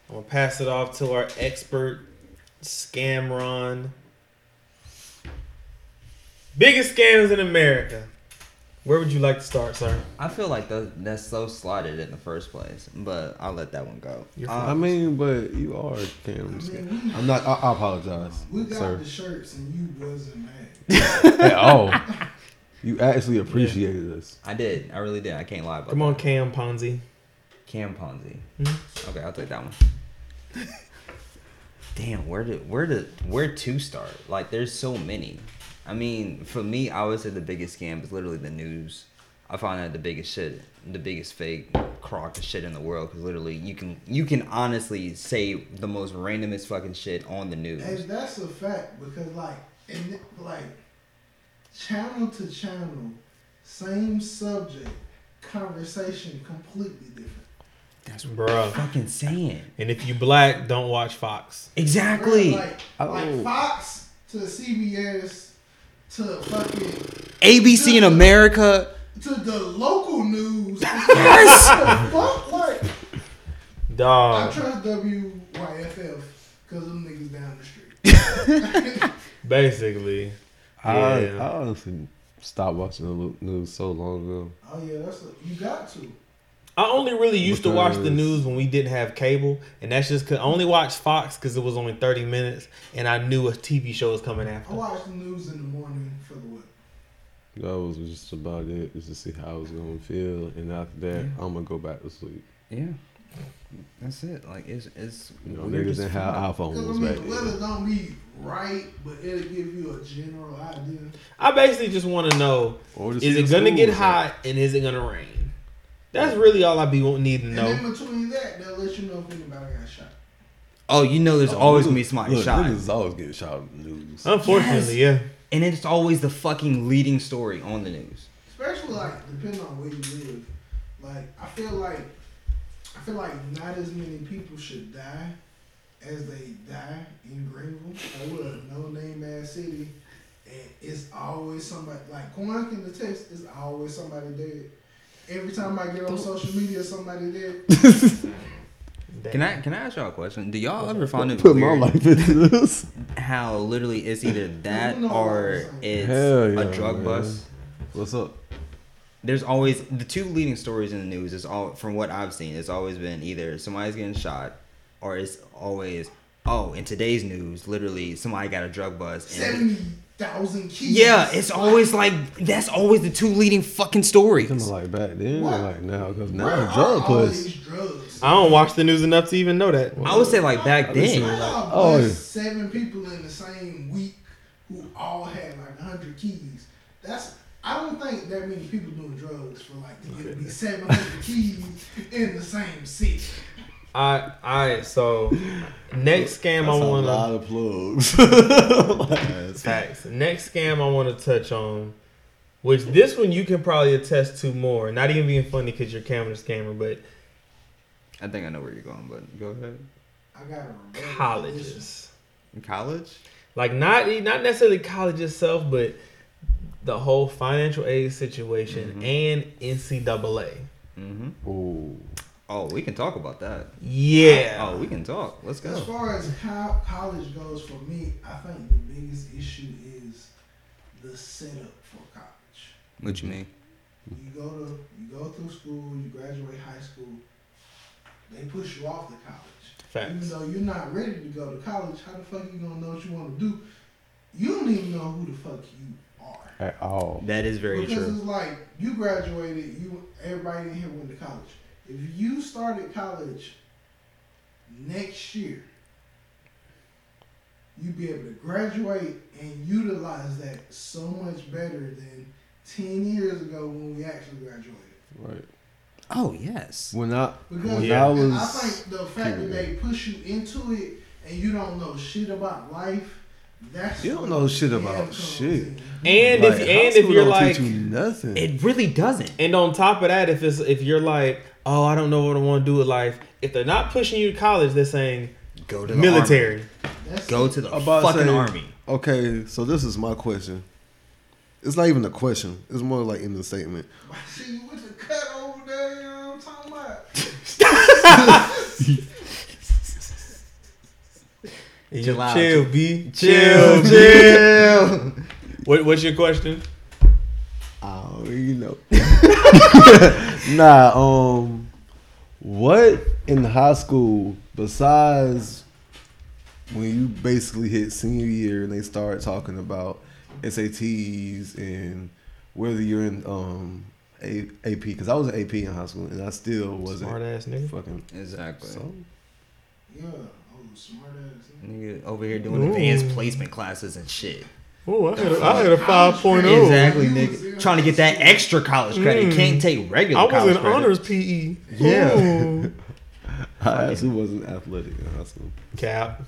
A: I'm gonna pass it off to our expert, Scamron. Biggest scams in America. Where would you like to start, sir?
C: I feel like tho- that's so slotted in the first place, but I'll let that one go.
A: You're
C: Um,
B: I mean, but you are Cam. Scam. I'm not. I, I apologize,
D: We got
B: sir.
D: the shirts, and you wasn't mad.
B: At all. You actually appreciated us.
C: I did. I really did. I can't lie about
A: Come on,
C: that.
A: Cam Ponzi.
C: Cam Ponzi.
A: Mhm.
C: Okay, I'll take that one. Damn, where did where did where to start? Like, there's so many. I mean, for me, I would say the biggest scam is literally the news. I find that the biggest shit, the biggest fake crock of shit in the world, because literally you can you can honestly say the most randomest fucking shit on the news.
D: And that's a fact because like and like channel to channel, same subject, conversation completely different.
A: That's bruh.
C: Fucking saying
A: And if you black, don't watch Fox.
C: exactly.
D: Like,
B: Oh.
D: like Fox to CBS to fucking
C: ABC in America.
D: to the local news. Yes. fuck like I
A: Dog.
D: trust WYFF because them niggas down the street.
A: Basically.
B: I,
A: Yeah.
B: I honestly stopped watching the lo- news so long ago.
D: oh yeah, that's a, you got to.
A: I only really used to watch the
B: Because-
A: news when we didn't have cable, and that's just cause I only watched Fox because it was only thirty minutes, and I knew a TV show was coming
D: I
A: after.
D: watch the news in the morning for the what?
B: That was just about it, just to see how I was gonna feel, and after that, I'm gonna go back to sleep.
C: Yeah, that's it. Like it's it's
B: You know,
C: weird
B: niggas
C: as
B: didn't
C: fuck.
B: have iPhones
D: Because I
B: back
D: mean, the
B: then.
D: weather don't be right, but it'll give you a general idea.
A: I basically just want to know:
B: Or to see
A: is it
B: the
A: gonna get
B: schools,
A: hot and is it gonna rain? That's really all I be want- need to
D: And
A: know.
D: in between that, they'll let you know if anybody got shot.
C: Oh, you know, there's
B: like-
C: always
B: Look,
C: gonna be somebody
B: look,
C: shot,
B: Niggas always getting shot in the news.
A: Unfortunately,
C: and it's always the fucking leading story on the news.
D: Especially like depending on where you live. Like I feel like I feel like not as many people should die as they die in Greenville. Like we're a no name ass city and it's always somebody like Quan can attest, it's always somebody dead. Every time I get on social media somebody dead.
A: yeah.
C: Can I can I ask y'all a question? Do y'all ever find it
B: Put my
C: weird
B: life into this.
C: how literally it's either that
D: No,
C: or
D: I'm saying-
C: it's
B: Hell
C: a
B: yeah,
C: drug
B: man.
C: bust?
B: What's up?
C: There's always the two leading stories in the news. Is all from what I've seen. It's always been either somebody's getting shot, or it's always oh in today's news, literally somebody got a drug bust. and-
D: Seventy thousand kids.
C: Yeah, it's always like that's always the two leading fucking stories.
B: You talking about like back then,
D: What? Oh,
B: or like now? Because
D: Where
B: now
D: are
B: it's drug
D: all
B: puss.
D: these drugs?
A: I don't watch the news enough to even know that.
C: I would say like back
B: Listen.
C: then.
D: oh,
B: oh.
D: seven people in the same week who all had like hundred keys. That's I don't think that many people doing drugs for like to get be seven hundred keys in the same city.
A: I, all right. So next scam I want to.
B: of plugs.
A: Facts. Next scam I want to touch on, which this one you can probably attest to more. Not even being funny because you're camera scammer, but
C: I think I know where you're going, but go ahead.
D: I got a rebuttal.
A: colleges.
C: In college?
A: Like not e, not necessarily college itself, but the whole financial aid situation and NCAA.
C: Mm-hmm.
B: Oh,
C: Oh, we can talk about that.
A: Yeah.
C: Oh, we can talk. Let's go.
D: As far as co- college goes for me, I think the biggest issue is the setup for college.
C: What you mean?
D: You go to you go through school, you graduate high school, they push you off to college. Even
A: Facts.
D: though you're not ready to go to college, how the fuck you gonna know what you wanna do? You don't even know who the fuck you are.
B: at all.
C: That is very
D: because
C: true.
D: it's like you graduated, you everybody in here went to college. If you started college next year, you'd be able to graduate and utilize that so much better than ten years ago when we actually graduated.
B: Right.
C: Oh yes.
B: When I
D: Because
B: when
A: Yeah.
B: I was
D: and I think the fact that they push you into it and you don't know shit about life, that's
B: You don't
D: what
B: know shit
D: the
B: about
D: scam comes
B: shit.
D: in.
A: And
B: like,
A: if and if
B: high school
A: you're
B: don't
A: like
B: teach you nothing,
C: It really doesn't.
A: And on top of that, if it's if you're like, oh, I don't know what I want to do with life. If they're not pushing you to college, they're saying
C: Go to the
A: military.
D: That's
C: Go
D: it.
C: to the
B: I'm about to
C: fucking
B: say-
C: army.
B: Okay, so this is my question. It's not even a question. It's more like in the statement.
D: See you with the cut over there, you know what I'm talking about?
A: You
C: Chill out.
A: Chill, B.
C: Chill,
A: chill. what, what's your question?
B: Oh, you know. nah, um what in high school besides when you basically hit senior year and they start talking about SATs and whether you're in um A- AP because I was an AP in high school and I still wasn't
A: Smart ass nigga.
B: fucking
C: Exactly.
B: so
D: Yeah, oh smart ass.
C: Nigga over here doing
A: Ooh.
C: advanced placement classes and shit.
A: Oh, I had
C: The
A: a, I had a
D: fuck?
A: five point oh.
D: No.
C: Exactly,
D: You
C: nigga.
D: was-
C: Trying to get that extra college credit.
A: Mm.
C: Can't take regular
A: I was
C: college
A: in
C: credit.
A: honors PE.
B: Yeah.
A: Ooh.
B: I actually wasn't athletic in high school.
A: Cap.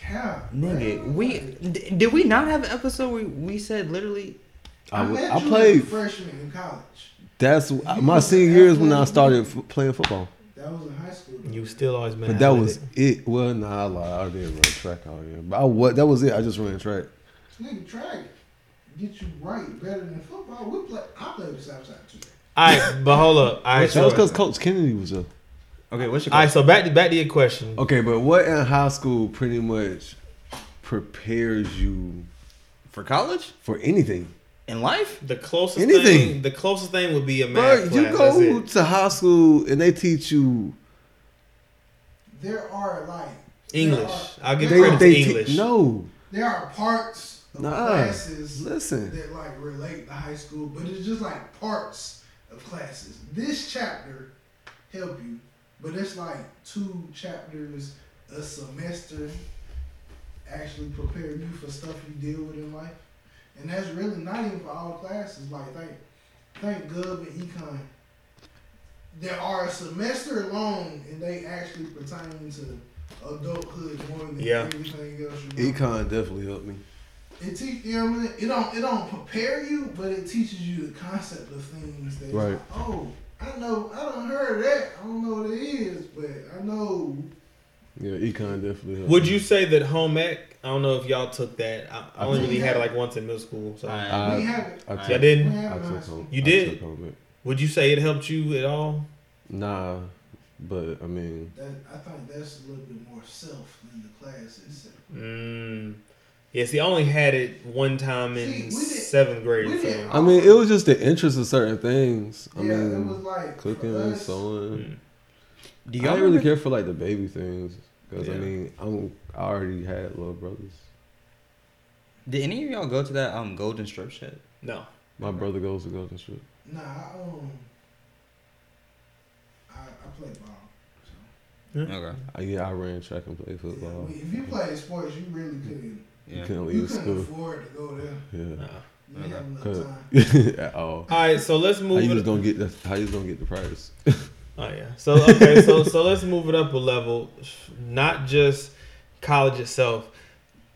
D: Cap.
C: Nigga,
D: man.
C: we
D: Like,
C: d- did we not have an episode where we said literally
B: I, w-
D: met
B: I
D: you as a
B: played.
D: freshman in college.
B: That's my
D: was
B: senior year is when I
D: athletic?
B: started f- playing football.
D: That was in high school. though.
A: You still always been.
B: But that was
A: athletic.
B: it. Well, nah, I lied. I did run track out here, but I wa That was it. I just ran track.
D: Nigga, track get you right better than football. We play. I played the South Side too.
A: All right, but hold up. All right,
B: That was
A: so, all
B: because Coach Kennedy was up.
C: Okay, what's your
A: right, so back to back to your question.
B: Okay, but what in high school pretty much prepares you
C: for college?
B: for anything?
C: In life?
A: The closest
B: Anything.
A: thing, the closest thing would be a
B: Bro,
A: math
B: you
A: class. That's
B: go
A: it.
B: to high school and they teach you
D: There are like
A: English.
D: There are,
A: I'll give
D: They-
A: credit to
B: te-
A: English.
B: no,
D: there are parts of
B: Nah,
D: classes
B: listen.
D: that like relate to high school, but it's just like parts of classes. This chapter help you, but it's like two chapters a semester actually prepare you for stuff you deal with in life, and that's really not even for all classes. Like thank thank Gov and Econ. There are a semester long, and they actually pertain to adulthood more than
A: Yeah.
D: anything else. You know?
B: Econ definitely helped me.
D: It teach you know what I mean? It don't it don't prepare you, but it teaches you the concept of things that
B: Right.
D: oh, I know I don't heard of that. I don't know what it is, but I know
B: Yeah, econ definitely helped.
A: Would
B: me.
A: you say that home ec? I don't know if y'all took that. I, I
B: I
A: only
D: took
A: really
D: it.
A: had it like once in middle school. So
C: I-
B: I,
D: we have it.
B: I
A: Y'all
B: took,
D: We
A: didn't.
B: Uh, I
D: have it. in high
B: took
D: school.
B: home.
A: You
B: I
A: did?
B: took home ec.
A: Would you say it helped you at all?
B: Nah, but I mean,
D: That, I think that's a little bit more self than the class itself.
A: Mm. Yes, he only had it one time
D: See,
A: in
D: we did-
A: seventh
D: we
A: grade. So.
D: did-
B: I mean, it was just the interest of certain things. I
D: yeah, it
B: mean,
D: was like
B: cooking,
D: for
B: and
D: us,
A: Mm.
B: sewing.
C: Do
B: I
C: y'all
B: didn't really
C: remember-
B: care for like the baby things because I
A: Yeah.
B: mean, I'm I already had little brothers.
C: Did any of y'all go to that um golden strip shit?
A: No.
B: My brother goes to Golden Strip.
D: Nah, I um, I, I play ball. So.
C: Okay.
B: I, yeah, I ran track and played
D: Yeah,
B: football.
D: we- if you play sports, you really couldn't.
B: You
C: Yeah.
B: couldn't
D: You
B: leave
D: couldn't
B: school.
D: afford to go there.
B: Yeah,
A: Uh-uh.
D: You didn't have enough
B: Could-
D: time.
B: at all.
A: All right, so let's
B: How
A: move.
B: you
A: it-
B: just gonna get the, how you just gonna get the price?
A: Oh yeah. So okay, so so let's move it up a level, not just college itself,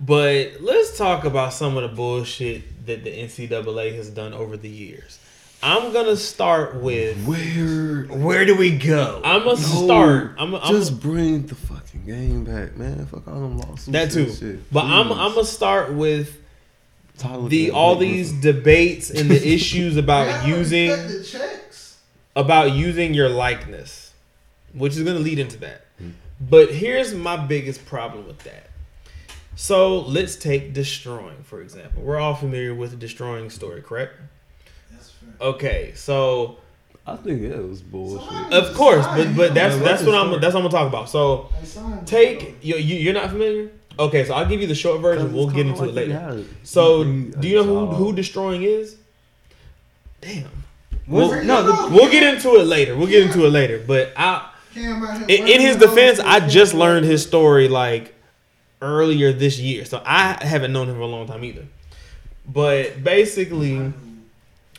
A: but let's talk about some of the bullshit that the NCAA has done over the years. I'm gonna start with.
B: Where?
C: Where do we go?
A: I'm gonna
B: No,
A: start. I'm, I'm
B: just bring the fucking game back, man. Fuck all them lawsuits.
A: that
B: and
A: too.
B: shit.
A: But I'm
B: Please.
A: I'm gonna start with
B: Tyler
A: the
B: Durden,
A: all
B: Blake
A: these
B: Griffin.
A: debates and the issues about
D: Y'all
A: using
D: cut the checks.
A: about using your likeness, which is going to lead into that. But here's my biggest problem with that. So let's take destroying, for example. We're all familiar with the destroying story, correct?
D: That's fair.
A: Okay, so
B: I think that was bullshit.
D: Somebody-
A: of course, but but that's that's
B: Yeah, that's
A: what
B: the
A: I'm
B: story.
A: that's what I'm gonna talk about. So
D: They signed
A: take you, you you're not familiar. Okay, so I'll give you the short version. We'll get into it later. So do you know who who destroying is? Damn.
C: Well,
D: Where you
C: no, the,
D: from?
A: We'll get into it later. We'll get into it later. But I
D: Cam out here
A: in, in his
D: working on
A: defense, I
D: this
A: just
D: shit.
A: learned his story like earlier this year, so I haven't known him for a long time either. But basically,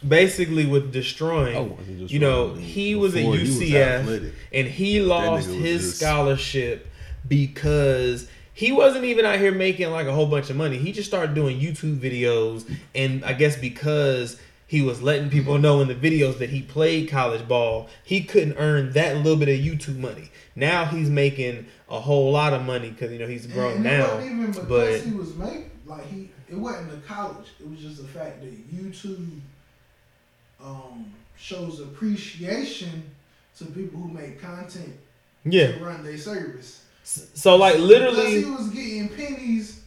A: basically with destroying,
B: Oh, he just
A: you know,
B: won
A: he was at
B: before he was
A: UCF
B: athletic.
A: and he lost
B: nigga was
A: his
B: just-
A: scholarship because he wasn't even out here making like a whole bunch of money. He just started doing YouTube videos, and I guess because he was letting people know in the videos that he played college ball, he couldn't earn that little bit of YouTube money. Now he's making a whole lot of money because you know he's
D: And
A: grown
D: it
A: now,
D: wasn't even because
A: but
D: he was making like he it wasn't the college. It was just the fact that YouTube um, shows appreciation to people who make content
A: yeah.
D: to run their service.
A: So like
D: Because he
A: literally
D: was getting pennies,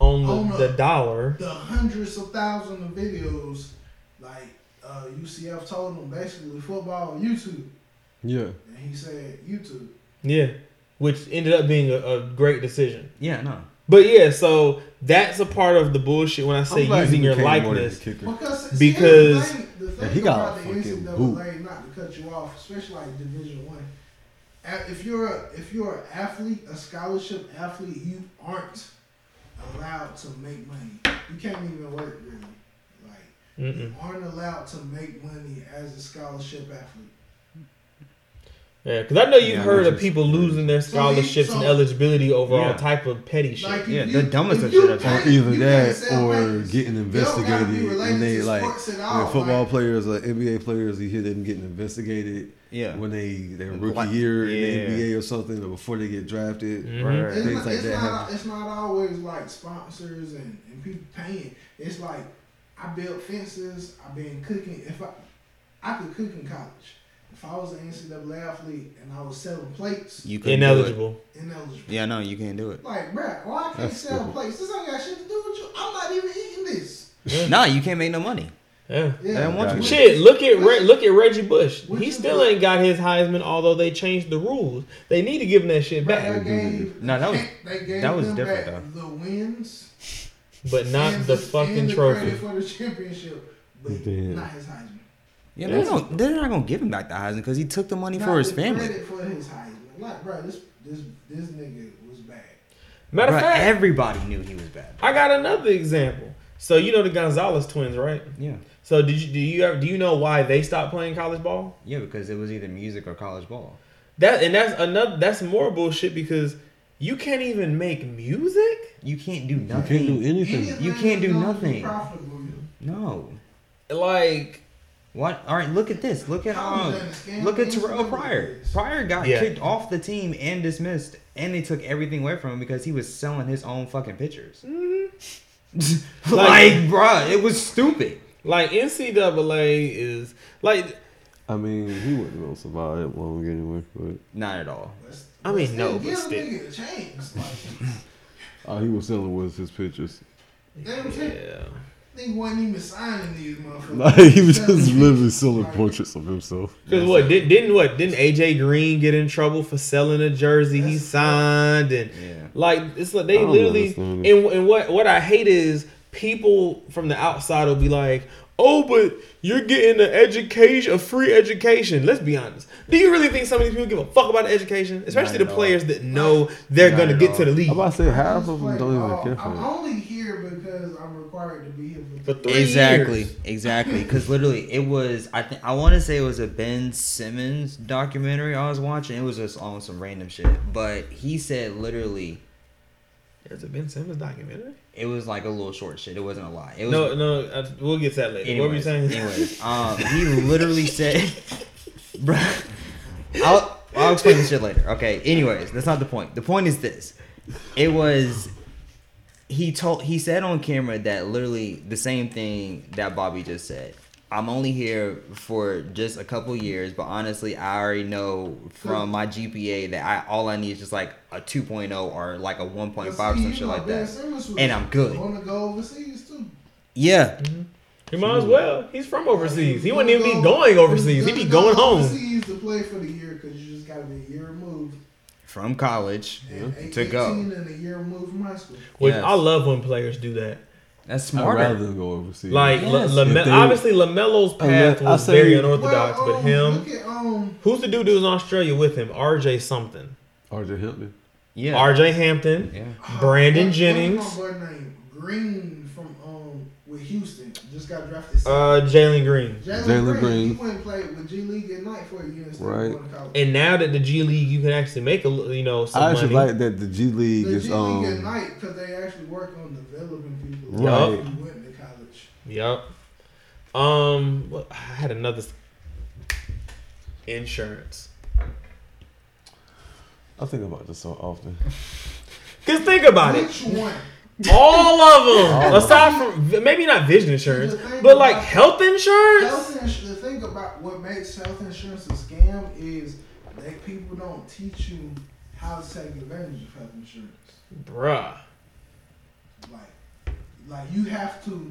A: on
D: on
A: the,
D: the-
A: the dollar,
D: the hundreds of thousands of videos. Like uh, UCF told him basically football YouTube,
B: Yeah.
D: and he said YouTube.
A: yeah, which ended up being a, a great decision.
C: yeah, no.
A: But yeah, so that's a part of the bullshit when I say using your likeness.
D: Because see,
A: Because-
D: here's the thing, the
B: And
D: thing
B: he got
D: about
B: a
D: the
B: fucking
D: NCAA,
B: boot.
D: not to cut you off, especially like Division One. a- If you're a, if you're an athlete, a scholarship athlete, you aren't allowed to make money. You can't even work really. Like
A: Mm-mm.
D: you aren't allowed to make money as a scholarship athlete.
A: Yeah, because I know you've
B: Yeah,
A: heard
B: which
A: of
B: is-
A: people losing their scholarships and eligibility over all
C: Yeah.
A: type of petty shit.
D: Like
C: Yeah,
D: if
C: the
D: you,
C: dumbest
D: if
C: shit
D: you
C: I've
B: Or
D: can't-
B: either
D: you can't
B: that or
D: sell papers.
B: getting
D: You don't gotta be
B: investigated
D: related
B: and they
D: to
B: like
D: sports at all,
B: when football
D: like-
B: players like NBA players you hear them getting investigated
C: Yeah.
B: when they their
C: Like,
B: rookie year
C: yeah.
B: in the NBA or something or before they get drafted.
A: Mhm.
C: Right,
B: Things
D: It's
C: right.
D: not,
B: like
D: it's,
B: that
D: not,
B: happen.
D: it's not always like sponsors and, and people paying. It's like I built fences. I've been cooking. If I I could cook in college. If I was an NCAA athlete and I was selling plates,
C: You couldn't do it.
A: Ineligible.
D: ineligible.
C: Yeah, no, you can't do it.
D: Like, bruh, why I can't
B: That's
D: sell
B: stupid.
D: plates? This ain't got shit to do with you. I'm not even eating this.
C: No, you can't make no money.
A: Yeah.
D: Yeah,
C: That one-
D: which-
A: Shit, look at Re- look at Reggie Bush.
D: Which
A: He
D: is
A: still
D: what-
A: ain't got his Heisman, although they changed the rules. They need to give him that shit
D: Bruh,
A: back,
D: they gave-
C: No, that was-
D: they gave
C: that was
D: them
C: different,
D: back The wins.
A: but not
D: and
A: the
D: and
A: fucking
D: the
A: trophy.
D: credit For the championship, but
B: Damn.
D: not his Heisman.
C: Yeah, they don't, they're not gonna give him back the Heisman because he took the money
D: Not
C: for his
D: the
C: family.
D: Credit for his Heisman. Like, bro, this this this nigga was bad.
A: Matter of
C: Bruh,
A: fact,
C: everybody knew he was bad.
A: I got another example. So you know the Gonzalez twins, right?
C: Yeah,
A: So did you do you ever, do you know why they stopped playing college ball?
C: yeah, because it was either music or college ball.
A: That and that's another that's more bullshit because you can't even make music.
C: You can't do
B: You
C: nothing.
B: can't do anything.
D: Anything
C: You can't do
D: that's gonna
C: nothing.
D: Be profitable,
C: no.
A: Like
C: What? All right, look at this. Look at
D: How
C: um,
D: is that a scam?
C: look at
D: It's
C: Terrell
D: not
C: Pryor.
D: it is.
C: Pryor got
A: Yeah.
C: kicked off the team and dismissed, and they took everything away from him because he was selling his own fucking pictures. Mm-hmm. like,
A: Like-
C: bruh, it was stupid.
A: like NCAA is like
B: I mean, he wouldn't have survived that long anyway, but
C: Not at all.
D: Let's-
A: I mean,
D: let's
A: no,
D: give
A: but
D: a nigga a chance. Like,
B: all he was selling was his pictures.
D: damn, yeah.
A: yeah.
D: nigga wasn't even signing these motherfuckers.
B: Like he was
D: Selling
B: just
D: these-
B: literally selling
D: like,
B: portraits of himself.
A: Cause what did, didn't what didn't AJ Green get in trouble for selling a jersey he
D: That's-
A: signed and
C: Yeah.
A: like it's like they
B: I don't
A: literally and,
B: understand it.
A: and what what I hate is people from the outside will be like oh but you're getting an education a free education let's be honest do you really think some of these people give a fuck about education especially the
C: Not at all.
A: players that know they're
C: Not
A: gonna
C: at
A: get
C: all.
A: to the league
B: I'm about to say
D: I
B: half
D: just
B: of them
D: play
B: don't even
D: ball.
B: care
D: oh, I'm
B: for
D: only here because I'm required to be here
A: for
D: for
A: three
C: exactly,
A: years.
C: exactly. Because literally, it was. I think I want to say it was a Ben Simmons documentary I was watching. It was just on some random shit, but he said literally,
A: There's a Ben Simmons documentary.
C: It was like a little short shit. It wasn't a lot. It was
A: No, no, uh we'll get to that later. what were you
C: Anyways,
A: saying?
C: Anyways, um, he literally said, "Bro, I'll, I'll explain this shit later." Okay. Anyways, that's not the point. The point is this: it was he told he said on camera that literally the same thing that Bobby just said. I'm only here for just a couple years, but honestly, I already know from my GPA that I all I need is just like a 2.0 or like a 1.5 or some shit like that. And I'm good.
D: Want to go overseas too?
C: Yeah,
A: You might as well. He's from overseas. He wouldn't even be going overseas. He'd be going home.
D: Overseas to play for the year because you just got to be a year removed.
C: from college
D: And eight-
C: to go.
D: 18 and a year removed from high school.
A: Which
C: Yes.
A: I love when players do that.
C: That's
B: I'd
C: smarter.
B: rather go overseas.
A: Like La-
C: Yes.
A: Lame-
B: If they-
A: obviously Lamelo's path
B: Unless- I
A: was
B: say-
A: very unorthodox,
D: Well,
A: but
D: um,
A: him,
D: Look at um,
A: who's the dude who was in Australia with him? R.J. something,
B: RJ Hampton.
C: Yeah.
A: R.J. Hampton,
C: Yeah.
A: Brandon
D: what-
A: Jennings.
D: What's my boy name? Green from um with Houston just got drafted.
A: uh, Jalen Green.
B: Jalen
D: He
B: Green.
D: went and played with G League at night for a year. instead of
B: Right.
D: going to college.
A: And now that the G League, you can actually make a li- you know some
B: I actually
A: money.
B: like that the G League
D: The
B: is
D: G
B: um.
D: League at night because they actually work on developing people
B: Right.
D: who went to college.
A: Yep. Um, what- I had another s- insurance.
B: I think about this so often.
A: Cause think about it,
D: Which one?
A: all of them,
B: All of
A: aside from maybe not vision insurance,
D: The thing
A: but like
D: about-
A: health insurance.
D: Health ins- the thing about what makes health insurance a scam is that people don't teach you how to take advantage of health insurance.
A: Bruh.
D: Like, like you have to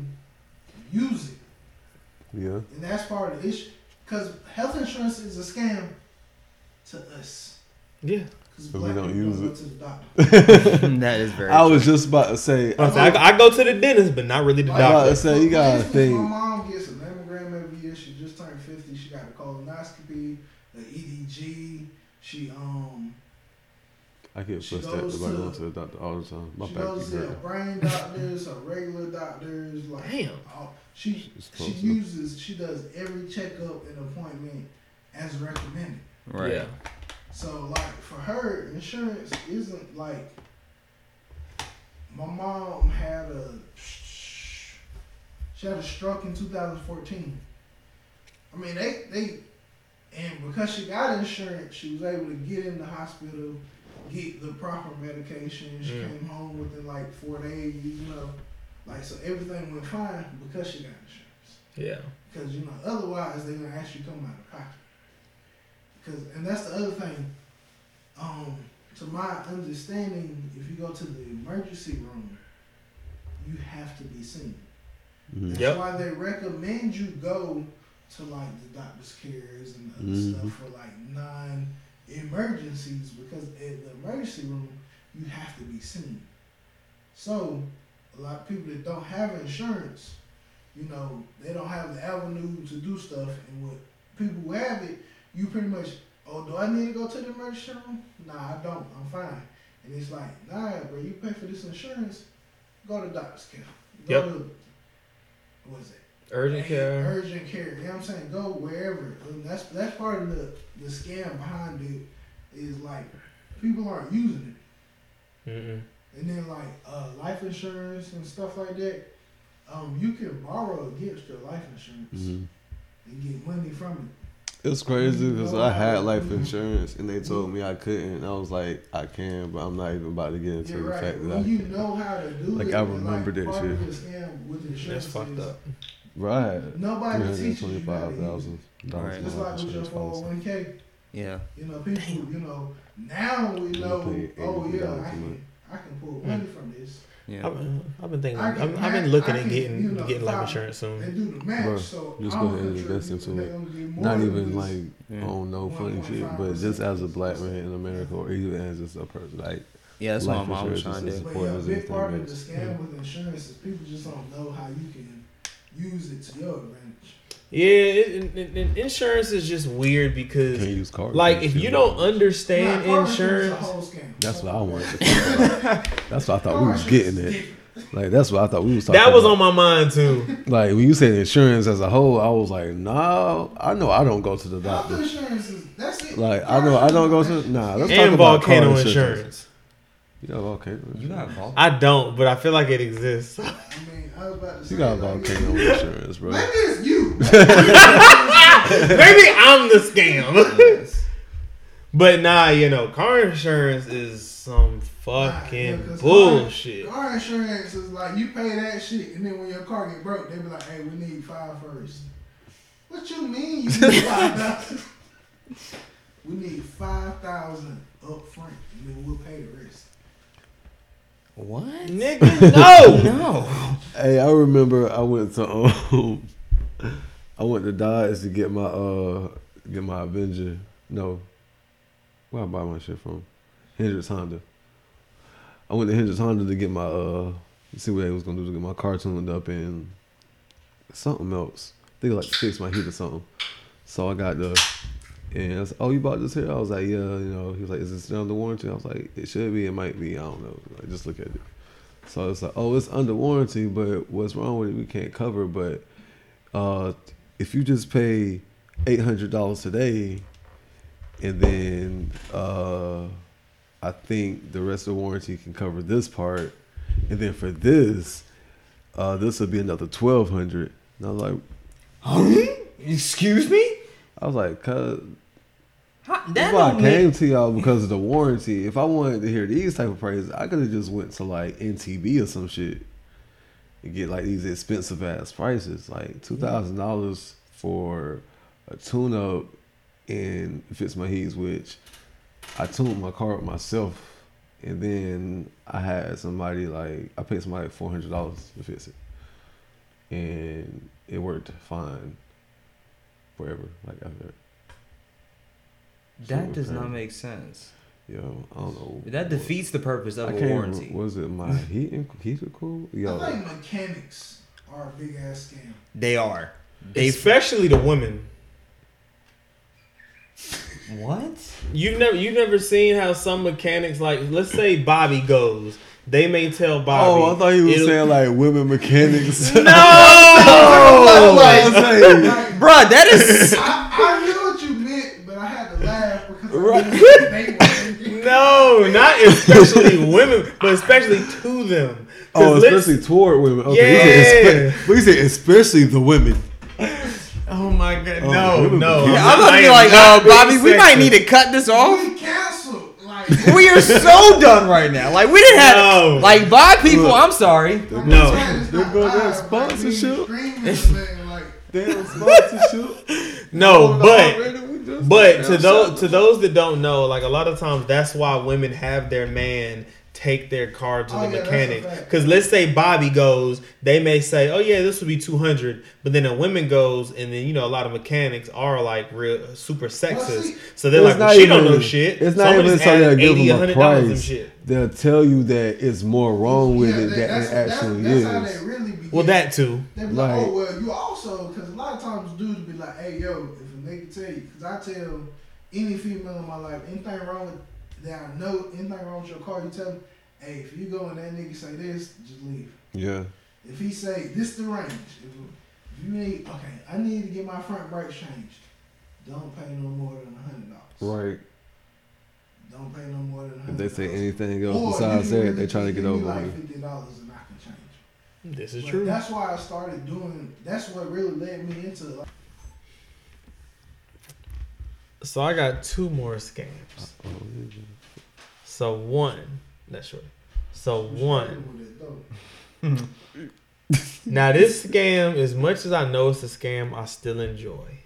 D: use it,
B: Yeah.
D: and that's part of the issue. Because health insurance is a scam to us.
A: Yeah.
D: Because
B: But we don't use
D: go
B: it.
D: to the doctor.
C: that is very.
B: I was just about to say.
A: I,
B: I,
A: I go to the dentist, but not really the
D: Like,
B: about to
A: doctor.
B: say you
D: for
B: gotta
D: instance, My
B: think.
D: mom gets a mammogram every year. She just turned fifty. She got a colonoscopy, the EDG. She um
B: I get
D: She
B: pushed at
D: goes
B: by
D: to-
B: going to the doctor all the time. My
D: she
B: back
D: goes
B: is
D: to her
B: hurt.
D: brain doctors, her regular doctors. Like
A: Damn.
D: all- she
B: She's
D: she
B: close.
D: uses she does every checkup and appointment as recommended.
C: right.
A: Yeah.
D: So like for her, insurance isn't like. My mom had a she had a stroke in 2014. I mean they they and because she got insurance, she was able to get in the hospital, get the proper medication. She
A: Mm.
D: came home within like four days, you know, like so everything went fine because she got insurance.
A: Yeah.
D: Because you know, otherwise they're gonna ask you to come out of pocket. Because and that's the other thing. Um, to my understanding, if you go to the emergency room, you have to be seen.
B: Mhm.
D: That's
A: Yep.
D: why they recommend you go to like the doctor's cares and other
B: Mhm.
D: stuff for like non emergencies because in the emergency room you have to be seen. So a lot of people that don't have insurance, you know, they don't have the avenue to do stuff and what people who have it, you pretty much oh do I need to go to the emergency room? Nah I don't, I'm fine. And it's like, nah bro, you pay for this insurance, go to doctor's care. Go
A: Yep.
D: to what is it?
A: Urgent care.
D: Urgent care. You know what I'm saying? Go wherever. And that's that's part of the, the scam behind it is like people aren't using
A: Mm-mm.
D: it. And then like uh, life insurance and stuff like that, um, you can borrow against your life insurance
B: Mhm.
D: and get money from it.
B: It's crazy because I had life insurance and they told me I couldn't. And I was like, I can, but I'm not even about to get into
D: You're
B: the
D: right.
B: fact that
D: When
B: I
D: you
B: can.
D: know how to do
B: Like,
D: it,
B: I
D: and,
B: remember that
D: part
B: shit.
D: of the scam with insurance
A: That's fucked
D: is
A: up.
B: Right.
D: Nobody teaches you how to use it.
B: $325,000.
C: Right.
D: Just like with your
B: insurance policy.
D: 401k.
C: Yeah.
D: You know, people, you know, now we know,
B: pay
D: oh yeah,
B: $80
D: I
B: a month.
D: can, I can pull money from this
A: I've been, I've been thinking.
D: I
A: I've,
D: can-
A: I've been looking
D: I
A: at
D: can,
A: getting
D: you know,
A: getting life
D: five-
A: insurance soon.
D: and do the match.
B: Bro,
D: so
B: just
D: I'm
B: go ahead and
D: contribute,
B: invest into
D: and they
B: it.
D: gonna get more
B: Not
D: than
B: even
D: this.
B: like
C: Yeah.
B: on no funny shit, but just as a black man in America or even as just a person, like
C: Yeah, that's
B: Life
C: what my mom was
B: insurance
C: trying to
B: is-
C: do.
D: But
B: Boy,
D: yeah, a
B: does
D: big
B: anything
D: part of
B: make
D: the scam with insurance is people just don't know how you can use it to your advantage.
A: Yeah, it, it, it- it- insurance is just weird
B: can
A: because,
B: use cards.
A: like,
B: and
A: if
B: shit,
A: you
B: bro.
A: don't
D: Nah,
A: understand
D: car insurance is a
A: insurance,
D: whole scam.
B: That's what I
D: Car
B: wanted. To talk about. That's what I thought we was
D: insurance is
B: getting at.
D: different.
B: Like that's what I thought we was talking.
A: that was
B: about.
A: on my mind too.
B: Like when you said insurance as a whole, I was like, no, I know I don't go to the
D: Health
B: doctor.
D: insurance is that's it.
B: Like
D: Car
B: I know I don't go
D: insurance
B: to nah. Let's talk
A: and
B: about car
A: volcano
B: insurance.
A: insurance.
D: is-
B: You got a volcano.
C: You got volcano.
A: I don't, but I feel like it exists.
D: I mean, I was about to say.
B: You got a
D: like,
B: volcano insurance, bro.
D: Maybe it's you. Maybe
A: Maybe I'm the scam.
C: Yes.
A: but nah, you know, car insurance is some fucking bullshit.
D: Car, car insurance is like you pay that shit, and then when your car get broke, they be like, "Hey, we need five first. What you mean? You need five thousand? we need five thousand up front, and then we'll pay the rest.
C: What?
A: Nigga, no.
C: No.
B: Hey, I remember I went to um, I went to Dodge to get my uh get my Avenger. No, where I buy my shit from? Hendrix Honda. I went to Hendrix Honda to get my uh see what they was gonna do to get my car tuned up and something else. They like fix my heat or something. So I got the and I said, oh, you bought this here? I was like, yeah, you know. He was like, is it still under warranty? I was like, it should be, it might be, I don't know. Like, just look at it. So it's like, oh, it's under warranty, but what's wrong with it? We can't cover. But uh, if you just pay eight hundred dollars today, and then uh, I think the rest of the warranty can cover this part, and then for this, uh, this will be another twelve hundred. And I was like,
C: Excuse me?
B: I was like, cause
C: How, that
B: that's why I
C: don't make-
B: came to y'all because of the warranty. If I wanted to hear these type of praises, I could have just went to like NTB or some shit and get like these expensive ass prices, like two thousand dollars for a tune up and fix my heats, which I tuned my car up myself, and then I had somebody like I paid somebody four hundred dollars to fix it, and it worked fine. Forever, like after,
C: That does not make sense.
B: yo, I don't know.
C: That defeats the purpose of
B: I
C: a
B: can't remember-
C: warranty.
B: Was it my heat and heat and cool? Yo,
D: I think mechanics are a big ass scam.
C: They are. They
A: Especially the women.
C: what?
A: You've never you never seen how some mechanics like let's say Bobby goes. They may tell Bobby.
B: oh, I thought you were
A: it'll-
B: saying like women mechanics.
A: No!
B: I was like,
D: Like,
C: Bruh, that is
D: I, I knew what you meant, but I had to laugh because
B: Right.
D: I knew they weren't getting
A: No, not especially women, but especially to them. 'Cause
B: oh,
A: let's-
B: especially toward women. Okay, you said
A: Yeah.
B: espe- but you said especially the women.
A: Oh my god!
B: Oh,
A: No,
B: women
A: no.
B: mechanics.
C: I'm gonna
A: I
C: be
A: am
C: like,
A: not
C: uh, Bobby, we
A: being
C: might
A: sexist.
C: need to cut this off.
D: We canceled. Like,
C: We are so done right now. Like we didn't have
A: No.
C: like bye people, I'm sorry.
A: No.
B: They go that sponsorship. Damn sponsorship.
A: No,
B: Hold
A: Oh,
B: on,
A: but
B: Randy, we just-
A: but to
B: Damn,
A: those
B: shut
A: to those that don't know, like a lot of times that's why women have their man take their car to
D: Oh,
A: the
D: yeah, that's a
A: mechanic.
D: fact.
A: Because let's say Bobby goes, they may say, "Oh yeah, this would be 200," but then a woman goes, and then you know a lot of mechanics are like real super
D: see,
A: sexist, so they're
B: It's
A: like,
B: not
A: well, "She don't
B: even-
A: know shit."
B: It's
A: So
B: not
A: I'ma
B: even
A: just
B: something
A: add
B: that give
A: 80,
B: them a
A: 100 dollars and
B: price.
A: shit.
B: They'll tell you that it's more wrong with it than
D: that's,
B: it actually is.
D: that's, That's how they really be.
A: Well, that
D: getting-
A: too.
D: They be like,
B: like-
D: oh well, you also because a lot of times dudes be like, hey yo, if a nigga tell you, because I tell any female in my life anything wrong with that I know, anything wrong with your car, you tell them, hey, if you go and that nigga say this, just leave.
B: yeah.
D: If he say this the range, if, if you need okay, I need to get my front brakes changed. Don't pay no more than a hundred dollars.
B: Right.
D: Don't pay no more than.
B: If they
D: $100.
B: say anything else
D: Or
B: besides
D: you can
B: that,
D: really
B: they try to get
D: just give me
B: over
D: like
B: with. it.
D: fifty dollars and I can change. it.
A: This is
D: But
A: true.
D: That's why I started doing. That's what really led me into. uh, Like,
A: So I got two more scams.
B: Oh, yeah.
A: So one, that's short. So one. Now this scam, as much as I know it's a scam, I still enjoy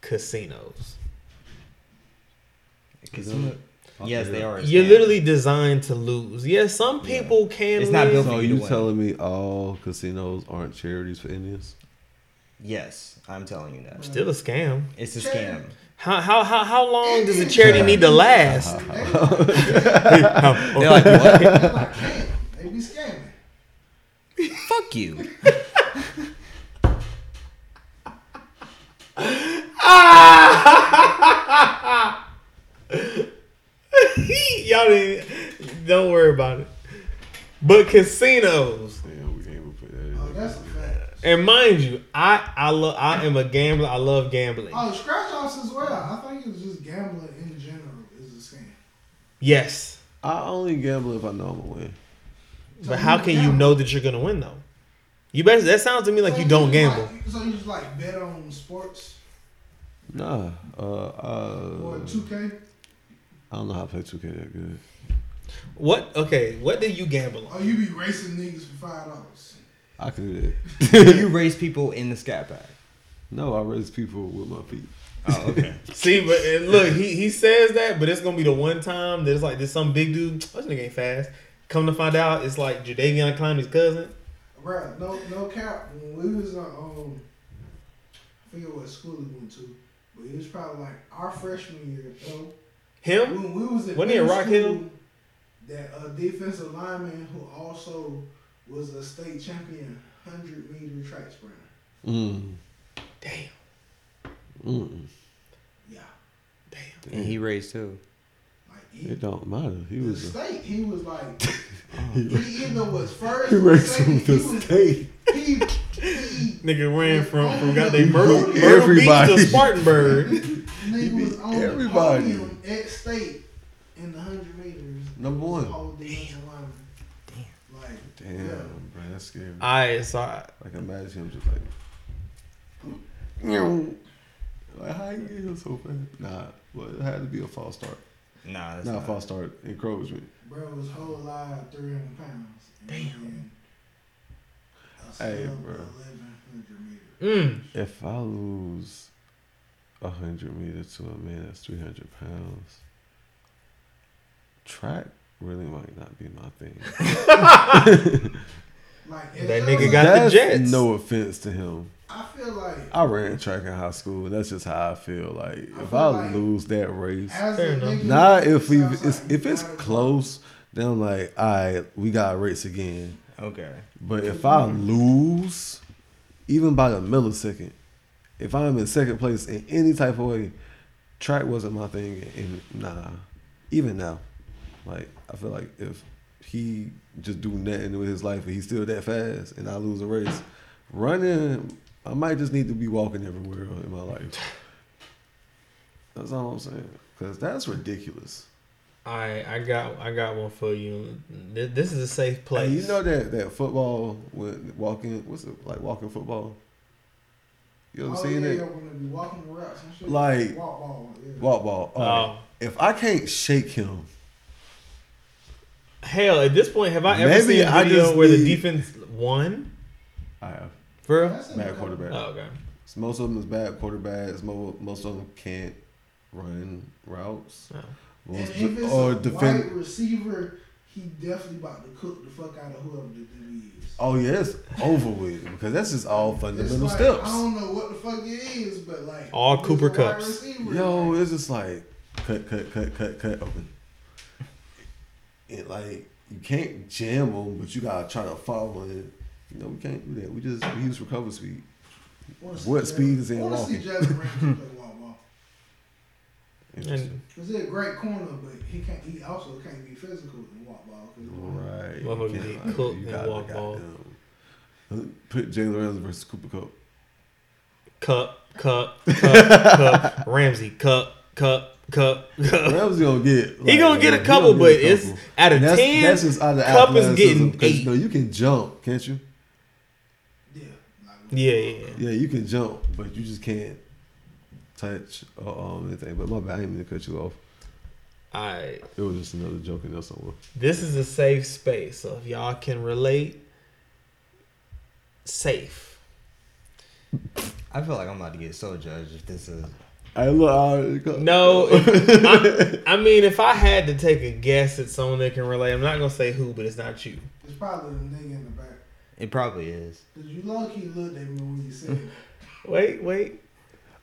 A: casinos.
C: Yes, they are. a
A: You're
C: scam.
A: literally designed to lose. Yeah, some people can.
C: It's not
A: win.
C: built
B: So
C: for you
B: you
C: to win.
B: telling me all casinos aren't charities for Indians?
C: Yes, I'm telling you that.
A: Still a scam.
C: It's a scam.
A: How how how, how long does a charity need to last?
C: Uh-huh. They're like, what?
D: like, damn, they be scamming.
C: Fuck you.
A: Y'all didn't, don't worry about it. But casinos,
B: Damn, we can't even put that
D: Oh, that's a fact.
A: and mind you, I I love I am a gambler. I love gambling.
D: Oh, scratch offs as well. I think it was just gambling in general is a scam.
A: Yes,
B: I only gamble if I know I'm gonna win.
D: So
A: But how
D: you
A: can you
D: gamble.
A: know that you're gonna win though? You bet. That sounds to me like
D: So
A: you don't
D: just
A: gamble.
D: like- so you just like bet on sports
B: Nah, uh,
D: or
B: uh,
D: two K?
B: I don't know how to play 2K that good.
A: What? Okay. What do you gamble
D: Oh,
A: on?
D: you be racing niggas for five dollars.
B: I can do that.
C: Do you raise people in the scat pack?
B: No, I raise people with my feet.
C: Oh, okay.
A: See, but and look, he, he says that, but it's gonna be the one time that it's like there's some big dude. This nigga ain't fast. Come to find out, it's like Jadavion Clowney's cousin.
D: Bro, no, no cap. When we was on, um, I forget what school we went to, but it was probably like our freshman year. So
A: Him?
D: when we was in
A: Wasn't he at
D: middle
A: Rock
D: school,
A: Hill?
D: that uh, defensive lineman who also was a state champion, hundred meter track sprinter.
B: Mm,
A: Damn.
B: mm,
D: Yeah,
A: Damn.
C: and he raised too.
D: like he,
B: it don't matter. He
D: the
B: was. A,
D: state. He was like
B: he,
D: he either was first.
B: he
D: or
B: raised
D: second.
B: from
D: He
B: the
D: was
B: state.
D: he, he
A: Nigga ran from from got they Myrtle, Myrtle
D: He beat
A: Beach to
B: everybody.
A: Spartanburg.
D: Nigga
B: He
D: was
B: beat
D: on
B: everybody.
D: the podium at state in the hundred meters.
B: Number one.
D: All defensive lineman. Like,
B: Damn,
D: Yeah.
B: bro, that's scary.
A: I saw.
B: Like imagine him just like, "Meow." like how you get here so fast? Nah, well it had to be a false start.
C: Nah, that's
B: not a
C: not.
B: false start encouragement.
D: bro was whole live three hundred pounds. Damn.
B: Hey, bro.
D: Eleven hundred meters.
A: Mm.
B: If I lose a hundred meters to a man that's three hundred pounds, track really might not be my thing.
D: Like
A: That
D: if there
A: nigga
D: was-
A: got the
B: That's
A: Jets.
B: No offense to him.
D: I feel like
B: I ran track in high school. and That's just how I feel. Like
D: I
B: if
D: feel
B: I
D: like-
B: lose that race,
D: as
A: Fair
D: a
A: enough.
D: nigga,
B: Nah, if we
D: sounds
B: it's,
D: like
B: if it's
D: not a-
B: close, then I'm like, all right, we got race again.
C: Okay.
B: But if I lose, even by a millisecond, if I'm in second place in any type of way, track wasn't my thing. And nah, even now, like I feel like if he just do nothing with his life and he's still that fast, and I lose a race, running, I might just need to be walking everywhere in my life. That's all I'm saying. Cause that's ridiculous.
A: I I got I got one for you. Th- This is a safe
B: Like
A: place.
B: you know that that football with walking, what's it like walking football? You ever
D: oh,
B: seen
D: yeah,
B: it?
D: yeah, when they be walking the routes and shit.
B: Like-
D: walk ball. Yeah.
B: Walk ball.
A: Oh.
B: All right. If I can't shake him,
A: Hell, at this point, have I ever
B: Maybe
A: seen a
B: I
A: video
B: just
A: where the
B: need-
A: defense won?
B: I have
A: For real?
D: That's
B: bad
D: another-
B: quarterback.
A: Oh, okay.
B: Most of them is bad quarterbacks. Mo- Most of them can't run routes.
A: Oh.
D: And
B: Most
D: if it's
B: or
D: a
B: defend.
D: wide receiver, he definitely about to cook the fuck out of whoever the dude is.
B: Oh yeah, it's over with because that's just all
D: It's
B: fundamental
D: like,
B: steps.
D: I don't know what the fuck it is, but like
A: All
D: he's
A: Cooper
D: a wide
A: Cups.
D: receiver.
B: Yo,
D: Like,
B: it's just like cut, cut, cut, cut, cut open. It like you can't jam them, but you gotta try to follow it. You know, we can't do that. We just we use recover speed.
D: wanna
B: what
D: see
B: speed is in
D: I wanna see
B: walking?
D: Jalen Ramsey play wall ball.
B: Interesting.
A: And
D: Cause he's a great corner, but he can't. He also can't be physical in walk ball. 'cause-
B: right. You
A: Motherfucker
B: can't,
A: get
B: like,
A: cooked
B: you
A: and
B: gotta
A: walk ball.
B: goddamn- Put Jalen Ramsey versus Cooper Cup.
A: cup, cup, cup, cup. Ramsey, cup, cup, cup, cup.
B: Ramsey gonna get.
A: He gonna get a
B: he
A: couple,
B: gonna
A: but
B: get a
A: it's
B: couple.
A: out of
B: And that's,
A: ten.
B: That's just out of
A: Cup is getting
B: athleticism, 'cause,
A: eight.
B: You know, you can jump, can't you?
D: Yeah. Like,
A: yeah, yeah. yeah.
B: Yeah, you can jump, but you just can't touch or um, anything. But my bad, I didn't mean to cut you off.
A: All right.
B: It was just another joke in there somewhere.
A: This is a safe space, so if y'all can relate, safe.
C: I feel like I'm about to get so judged if this is.
B: I look. I,
A: No, if- I, I mean, if I had to take a guess at someone that can relate, I'm not gonna say who, but it's not you.
D: It's probably the nigga in the back.
C: It probably is.
D: Cause you lucky looked at me when you said it.
A: Wait, wait.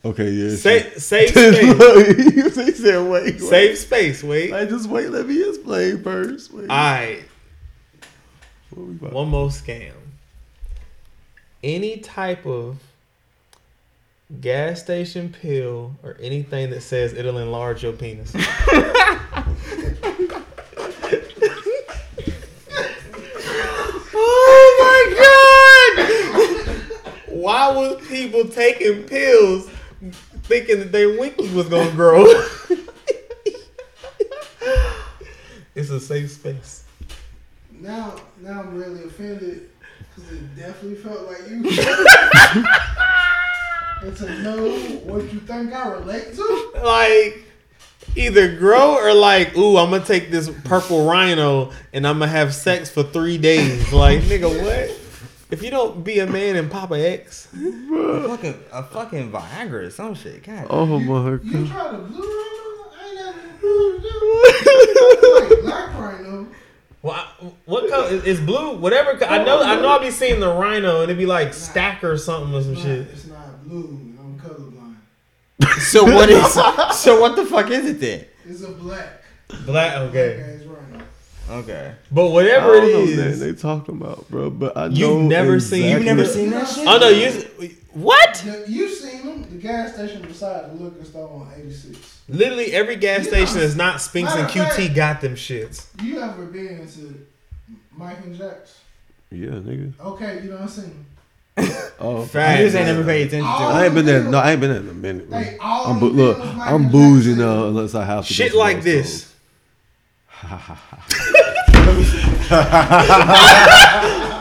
B: okay, yeah.
A: Sa- safe
B: Look,
A: space.
B: you say- said wait, wait.
A: safe space. Wait. All
B: Like, just wait. Let me explain first. Wait.
A: right.
B: What we about-
A: One more scam. Any type of gas station pill or anything that says it'll enlarge your penis. oh my god! Why was people taking pills thinking that their winky was gonna grow? it's a safe space.
D: Now, now I'm really offended because it definitely felt like you. and to know what you think I relate to,
A: Like either grow or like, ooh, I'm gonna take this purple rhino and I'm gonna have sex for three days. Like nigga, what? If you don't be a man and Papa X,
C: A fucking, a fucking Viagra or some shit. God.
B: Oh my
D: you
B: god.
D: try to blue rhino. I ain't got no blue rhino. Like black rhino.
A: well, I- what color is, is blue? Whatever. co- I know, I know. I be seeing the rhino and it be like stack or something or some
D: It's not,
A: shit.
D: it's not blue. and I'm colorblind.
C: So what is? so what the fuck is it then?
D: It's a black.
A: Black. Okay.
D: Black ass rhino.
C: Okay.
A: But
B: I
A: whatever it
B: don't know what
A: is,
B: they talking about, bro. But I know
A: You've never seen- You've
B: exactly-
A: never
C: seen that shit?
A: oh no, you. What?
D: The- You seen them? The gas station beside the liquor store on 86.
A: Literally every gas
D: Yeah.
A: station is not Spinks and
D: Matter of
A: QT
D: fact-
A: got them shits.
D: You ever been to Mike and Jack's?
B: Yeah, nigga.
D: Okay, you know what I'm saying.
B: Oh,
A: Fact.
C: You just ain't never paid attention to it.
B: I ain't been there. No, I ain't been there in a minute. Bro.
D: Like all
B: I'm
D: the
B: bu- look,
D: things Michael
B: I'm bougie
D: Jackson-
B: now unless I have to.
A: Shit
B: go
A: like
B: somewhere
A: this.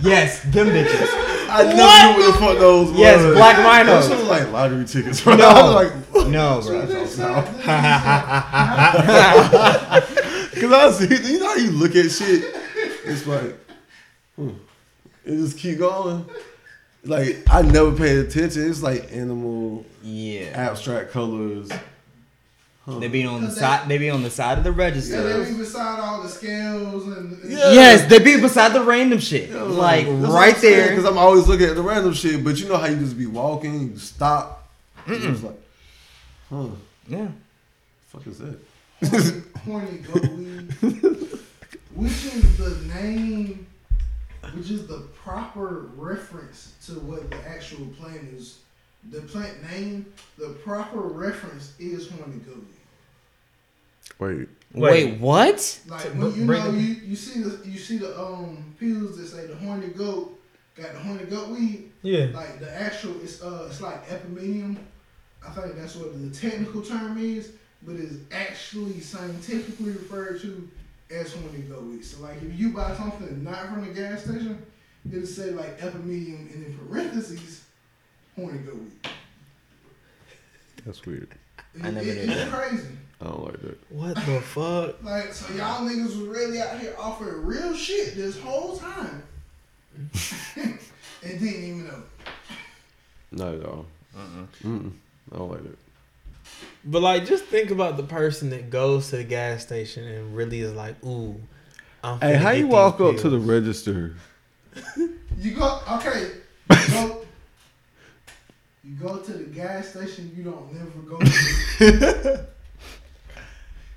C: Yes, them bitches.
B: else. I never knew what the fuck those was.
C: Yes, Black Rhino.
B: Those was like lottery tickets. Bro.
C: No.
B: I was like,
C: No,
D: See,
C: bro.
D: this is- this is- now,
B: Cause I see, you know how you look at shit. It's like, hmm, it just keep going. Like I never paid attention. It's like animal
C: Yeah.
B: abstract colors.
C: They be on the side. They be on the side of the
D: And
C: register.
D: then we beside all the scales and. and
B: Yeah.
C: Yes, they be beside the random shit. Like right there.
B: Because I'm always looking at the random shit. But you know how you just be walking, you stop. and It's like, huh,
C: Yeah.
B: fuck is that?
D: Horny goat weed. Which is the name, which is the proper reference to what the actual plant is. The plant name, the proper reference is horny goat weed.
B: Wait,
A: Wait.
C: Wait, what?
D: Like
A: So,
D: when
A: br-
D: you
A: bring
D: know
A: it-
D: you, you see the you see the um pills that say the horny goat got the horny goat weed.
A: Yeah.
D: Like the actual it's uh it's like epimedium. I think that's what the technical term is, but it's actually scientifically referred to as horny goat weed. So like if you buy something not from the gas station, it'll say like epimedium and in parentheses horny goat weed.
B: that's weird.
C: I never
D: It-
C: knew that.
D: It's crazy.
B: I don't like that.
A: What the fuck?
D: Like so y'all niggas was really out here offering real shit this whole time. and didn't even know.
B: Not at all. Mm-mm. I don't like that.
A: But like, just think about the person that goes to the gas station and really is like, ooh. I'm
B: Hey,
A: finna
B: how
A: get
B: you
A: these
B: walk up to the
A: pills.
B: register?
D: You go okay. You go, you go to the gas station you don't never go to.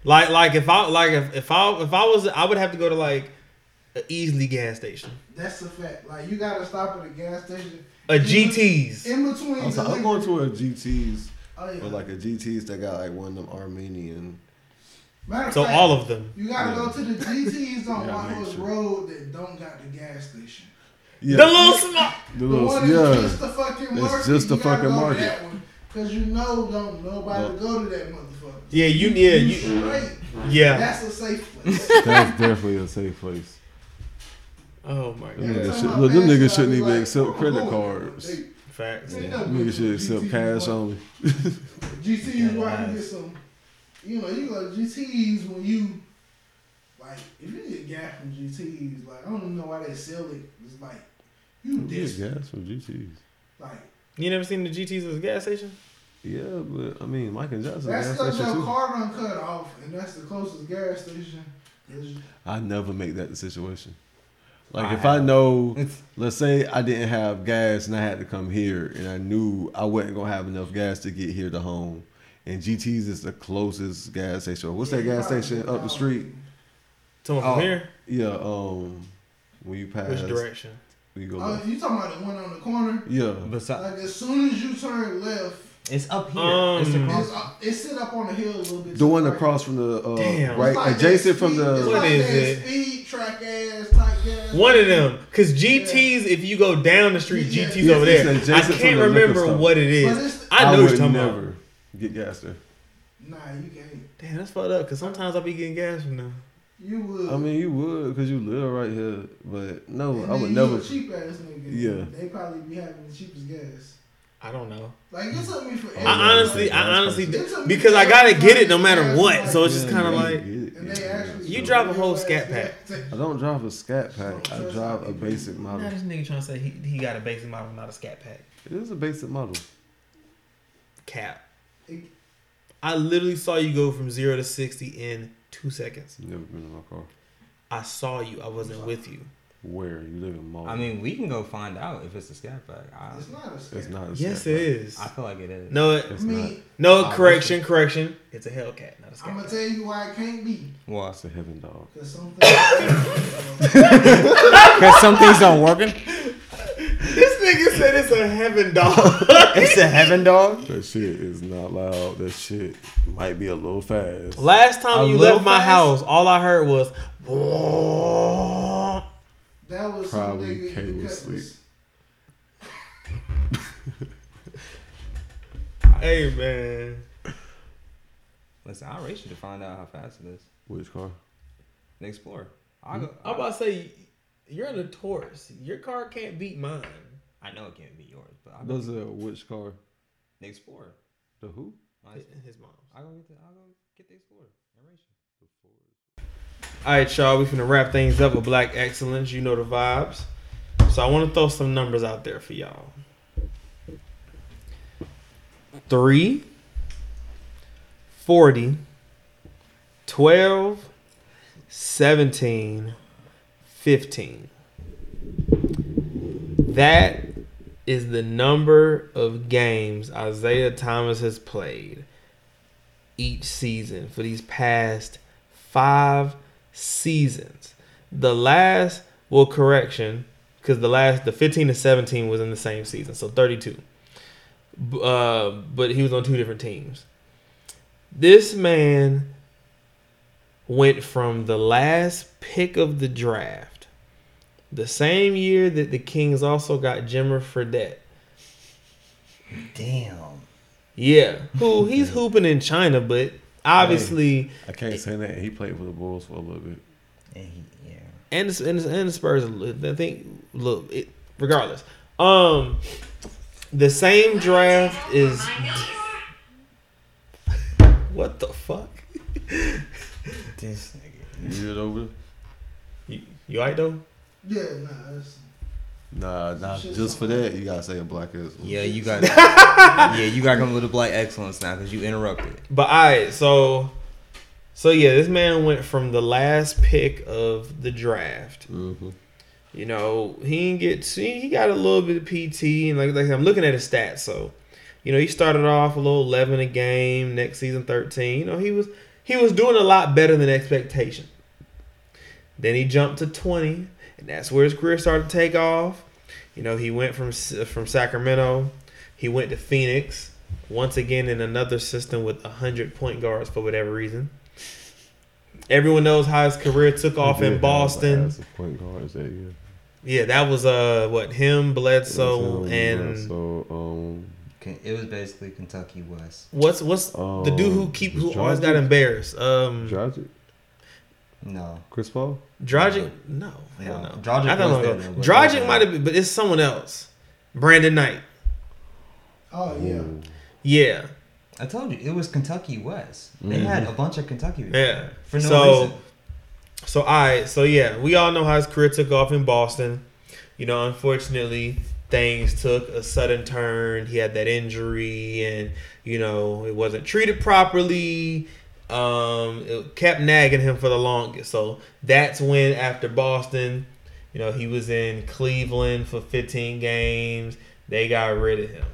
A: like, like if I like if, if I if I was I would have to go to like a Easley gas station,
D: That's a fact. Like you gotta stop at a gas station.
A: a GT's.
D: In between
B: I'm,
D: the
B: sorry, I'm
D: liquor-
B: going to a GT's
D: oh, yeah.
B: or like a GT's that got like one of them Armenian.
D: Matter of
A: So
D: fact,
A: all of them.
D: you gotta go to the GTs on
B: Yeah,
D: White
B: make
D: Horse
B: sure.
D: Road that don't got the gas station.
B: Yeah,
A: The little small.
B: the
D: The
B: little-
D: one
B: yeah.
D: that's just the fucking
B: It's
D: market.
B: just the
D: you gotta
B: fucking
D: go to
B: market.
D: that one, Cause you know don't nobody
B: Nope.
D: go to that motherfucker.
A: Yeah, you. Yeah, you.
D: straight.
A: Yeah.
D: That's a safe place.
B: That's definitely a safe place.
A: Oh my god.
B: Them
D: Every
B: niggas
D: time
B: should-
D: I
B: look, them
D: pass
B: niggas
D: by,
B: shouldn't
D: I be
B: even
D: like,
B: accept
D: "Oh,
B: credit
D: oh,
B: cards.
D: hey,
A: Facts.
D: ain't
A: Yeah.
D: nothing
B: Niggas
D: but
B: should
D: GT
B: accept
D: is
B: cash
D: one-
B: only.
D: GT is where I
A: Yeah.
D: can get some. You know, you go to GTs when you like if you get gas from GTs, like I don't even know why they sell it. It's like you
B: Yeah,
D: this
B: gas from GT's.
D: like
A: You never seen the GT's at the gas station?
B: Yeah, but I mean, Mike and Johnson
D: that's
B: gas
D: because
B: station
D: your
B: too.
D: car done cut off, and that's the closest gas station. It's-
B: I never make that the situation. Like
C: I
B: if I
C: have.
B: know,
C: It's-
B: let's say I didn't have gas and I had to come here, and I knew I wasn't gonna have enough gas to get here to home, and GT's is the closest gas station. What's that
D: Yeah,
B: gas
D: probably
B: station up the
D: down.
B: street?
A: Someone from
C: Oh.
A: here?
B: Yeah, um, when you pass,
A: Which direction?
B: when you go
D: Oh,
B: left.
D: you talking about the one on the corner?
B: Yeah,
C: Besi-
D: Like as soon as you turn left,
C: it's up here.
A: Um,
C: it's across.
D: it's, up- it's sit up on the hill a little bit. to
B: the one
D: right.
B: across from the uh,
A: Damn.
B: right,
D: It's like
B: adjacent
D: that
B: from
D: speed- it's
B: the.
A: What
D: like
A: is
D: that
A: it?
D: Speed track ass type gas.
A: One of them, cause GT's. If you go down the street,
D: Yeah.
A: GT's over
B: It's
A: there. I
B: adjacent to
A: can't
B: the liquor
A: remember
B: store.
A: what it
D: But
A: is.
D: it's-
A: I know what
B: would
A: you're talking
B: never
A: about.
B: get gas there.
D: Nah, you can't.
A: Damn, that's fucked up. Cause sometimes I be getting gas from them.
D: You would.
B: I mean, you would because you live right here, but no,
D: And
B: I
D: then
B: would
D: you
B: never.
D: A cheap ass nigga.
B: Yeah.
D: They probably be having the cheapest gas.
A: I don't know.
D: Like it took me forever.
A: I honestly, I
B: That's
A: honestly,
B: crazy.
D: It took me
A: because I gotta
D: forever
A: get
D: to
A: it no matter
D: gas,
A: what. So it's
B: Yeah,
A: just kind of
B: you
A: like
B: get it.
D: And they actually.
A: You
D: took
A: drive a
D: your
A: whole
D: ass
A: scat
D: back to-
B: I don't drive a scat pack. I drive a basic
A: Now
B: model.
A: this nigga trying to say he, he got a basic model, not a scat pack.
B: It is a basic model.
A: Cap.
D: It-
A: I literally saw you go from zero to sixty in two seconds.
B: Never been in my car.
A: I saw you. I wasn't with you.
B: Where you live in Mall?
C: I mean, we can go find out if it's a scat pack. I,
D: It's not a scat.
B: it's not. A
A: Yes,
B: scat
A: it
B: pack.
A: is.
C: I feel like it is.
A: No,
D: I
A: it,
B: It's
D: mean,
B: not.
A: no.
B: I-
A: correction, correction. It's a Hellcat, not a
D: I'm gonna
A: scat.
D: tell you why it can't be.
C: Why?
B: That's a heaven dog.
D: Cause something.
C: Because some things don't working.
A: This nigga said it's a heaven dog.
C: It's a heaven dog.
B: That shit is not loud. That shit might be a little fast.
A: Last time
C: A
A: you
C: little
A: left my
C: fast?
A: house, all I heard was.
D: That was
B: Probably
D: some nigga
B: came
D: who
B: with
D: cut
B: sleep.
D: this-
A: Hey man,
C: Listen, I'll race you to find out how fast it is.
B: Which car?
C: The Explorer. I'll go.
A: I'm about to say you're in a Taurus. Your car can't beat mine.
C: I know it can't be yours, but I'll go.
B: Those are which car?
C: The Explorer.
B: The who?
C: My-
A: His mom.
C: I'll go get the, I'll go get the Explorer and race you.
A: All right, y'all. We finna wrap things up with Black Excellence. You know the vibes. So I want to throw some numbers out there for y'all. Three, 40, 12, 17, 15. That is the number of games Isaiah Thomas has played each season for these past five seasons. The last, well, correction, because the last, the 15 to 17 was in the same season, so 32. B- Uh, but he was on two different teams. This man went from the last pick of the draft, the same year that the Kings also got Jimmer Fredette.
C: Damn.
A: Yeah, who he's hooping in China, but obviously.
B: I can't say that. He played for the Bulls for a little bit.
C: And he, yeah.
A: and the, and the, and the Spurs. I think look, it, regardless. Um, the same draft is what the fuck?
C: This nigga.
B: You get over?
A: You, you alright though?
D: Yeah, nah. That's,
B: Nah, nah.
D: Shit,
B: Just for that, you gotta say a black ass.
C: Yeah, you got. yeah, you got to come with the black excellence now because you interrupted.
A: But alright, so so yeah, this man went from the last pick of the draft.
B: Mm-hmm.
A: You know, he didn't get see, he got a little bit of PT and like like I said, I'm looking at his stats, so you know, he started off a little eleven a game, next season thirteen. You know, he was he was doing a lot better than expectation. Then he jumped to twenty, and that's where his career started to take off. You know, he went from S- from Sacramento, he went to Phoenix, once again in another system with hundred point guards for whatever reason. Everyone knows how his career took off in Boston.
B: Point guards that year.
A: Yeah, that was uh what him Bledsoe
B: That's him,
A: and
B: yeah, so um,
C: K- It was basically Kentucky West.
A: what's what's the dude who
B: Um,
A: keep who always got
B: Dragic?
A: embarrassed? Um,
B: Dragic,
C: No.
B: Chris Paul.
A: Dragic? No, hell
C: No.
A: no.
C: Dragic
A: I don't
C: was
A: know.
C: there, though, but-
A: Dragic might have been, but it's someone else. Brandon Knight.
D: oh yeah.
B: Ooh.
A: Yeah,
C: I told you it was Kentucky West. They had a bunch of Kentucky.
A: yeah.
C: For no
A: so,
C: reason.
A: So I so yeah, we all know how his career took off in Boston. You know, unfortunately, things took a sudden turn. He had that injury and you know, it wasn't treated properly. Um, it kept nagging him for the longest. So that's when after Boston, you know, he was in Cleveland for 15 games. They got rid of him.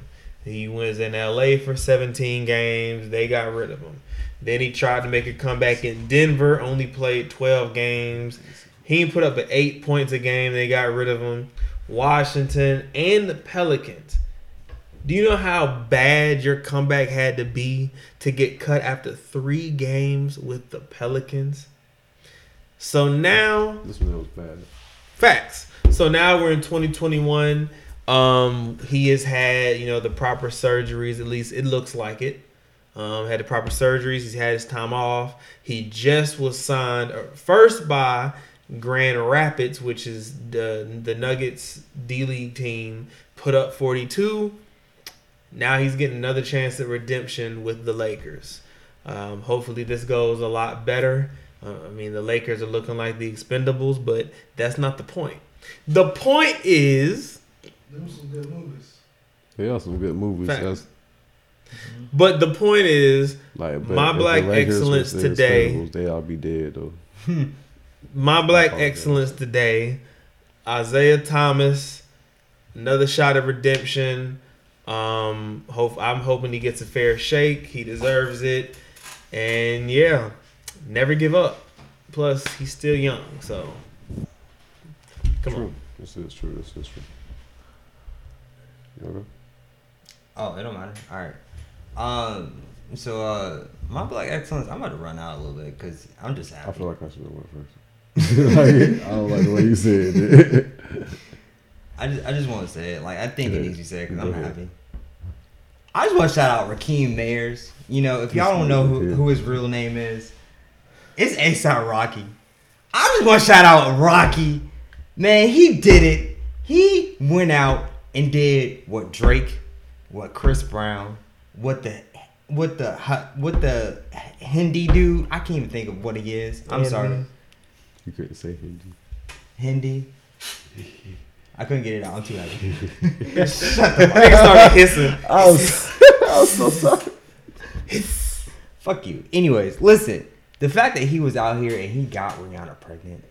A: He was in LA for 17 games. They got rid of him. Then he tried to make a comeback in Denver, only played 12 games. He put up at eight points a game. They got rid of him. Washington and the Pelicans. Do you know how bad your comeback had to be to get cut after three games with the Pelicans? So now
B: This one was bad.
A: Facts. So now we're in 2021. Um, he has had, you know, the proper surgeries. At least it looks like it. Um, had the proper surgeries. He's had his time off. He just was signed uh, first by Grand Rapids, which is the the Nuggets D League team. Put up 42. Now he's getting another chance at redemption with the Lakers. Um, hopefully, this goes a lot better. Uh, I mean, the Lakers are looking like the Expendables, but that's not the point. The point is,
D: Them some good movies.
B: They are some good movies.
A: Fact.
B: That's
A: but the point is,
B: like but
A: My
B: if the
A: black
B: Lakers
A: excellence
B: was the
A: today-
B: Expendables, They all be dead though.
A: my black
B: apologize.
A: excellence today, Isaiah Thomas, another shot of redemption. Um, hope I'm hoping he gets a fair shake. He deserves it, and yeah, never give up. Plus, he's still young, so come
B: true.
A: on.
B: This is true. This is true. Okay.
C: Oh, it don't matter. All right. Um. So, uh, my black excellence. I'm about to run out a little bit because I'm just happy.
B: I feel like I should have went first. like, I don't like the way you said it.
C: I just, I just want to say it. Like, I think
B: Yeah.
C: it needs to be said because
B: Go
C: I'm
B: ahead.
C: happy. I just want to shout out Raheem Mayers. You know, if y'all don't know who,
B: Yeah.
C: who his real name is, it's ASAP Rocky. I just want to shout out Rocky. Man, he did it. He went out and did what Drake, what Chris Brown, what the what the hu- what the Hindi dude. I can't even think of what he is. I'm
A: Hindi.
C: sorry.
B: you couldn't say Hindi.
C: Hindi. I couldn't get it out. I'm too happy. Shut the
A: They started hissing.
B: I was, I was so sorry.
C: Fuck you. Anyways, listen. The fact that he was out here and he got Rihanna pregnant.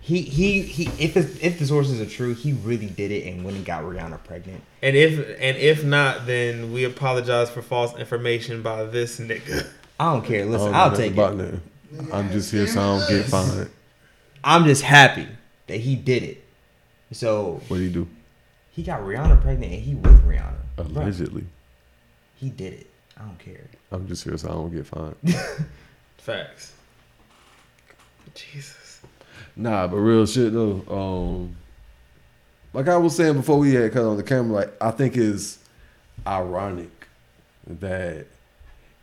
C: He he he. If his, if the sources are true, he really did it and went and got Rihanna pregnant.
A: And if and if not, then we apologize for false information by this nigga.
C: I don't care.
B: I don't
C: Listen,
B: know
C: I'll
B: nothing
C: take
B: Oh, about
C: it.
B: that.
D: Nigga,
B: I'm just here so I don't
D: that's
B: get
D: us.
B: fined.
C: I'm just happy that he did it. So
B: What do you do?
C: he got Rihanna pregnant and he with Rihanna. Bro,
B: Allegedly.
C: he did it. I don't care.
B: I'm just here so I don't get fined.
A: Facts. Jesus.
B: Nah, but real shit though. Um, like I was saying before we had cut on the camera, like I think it's ironic that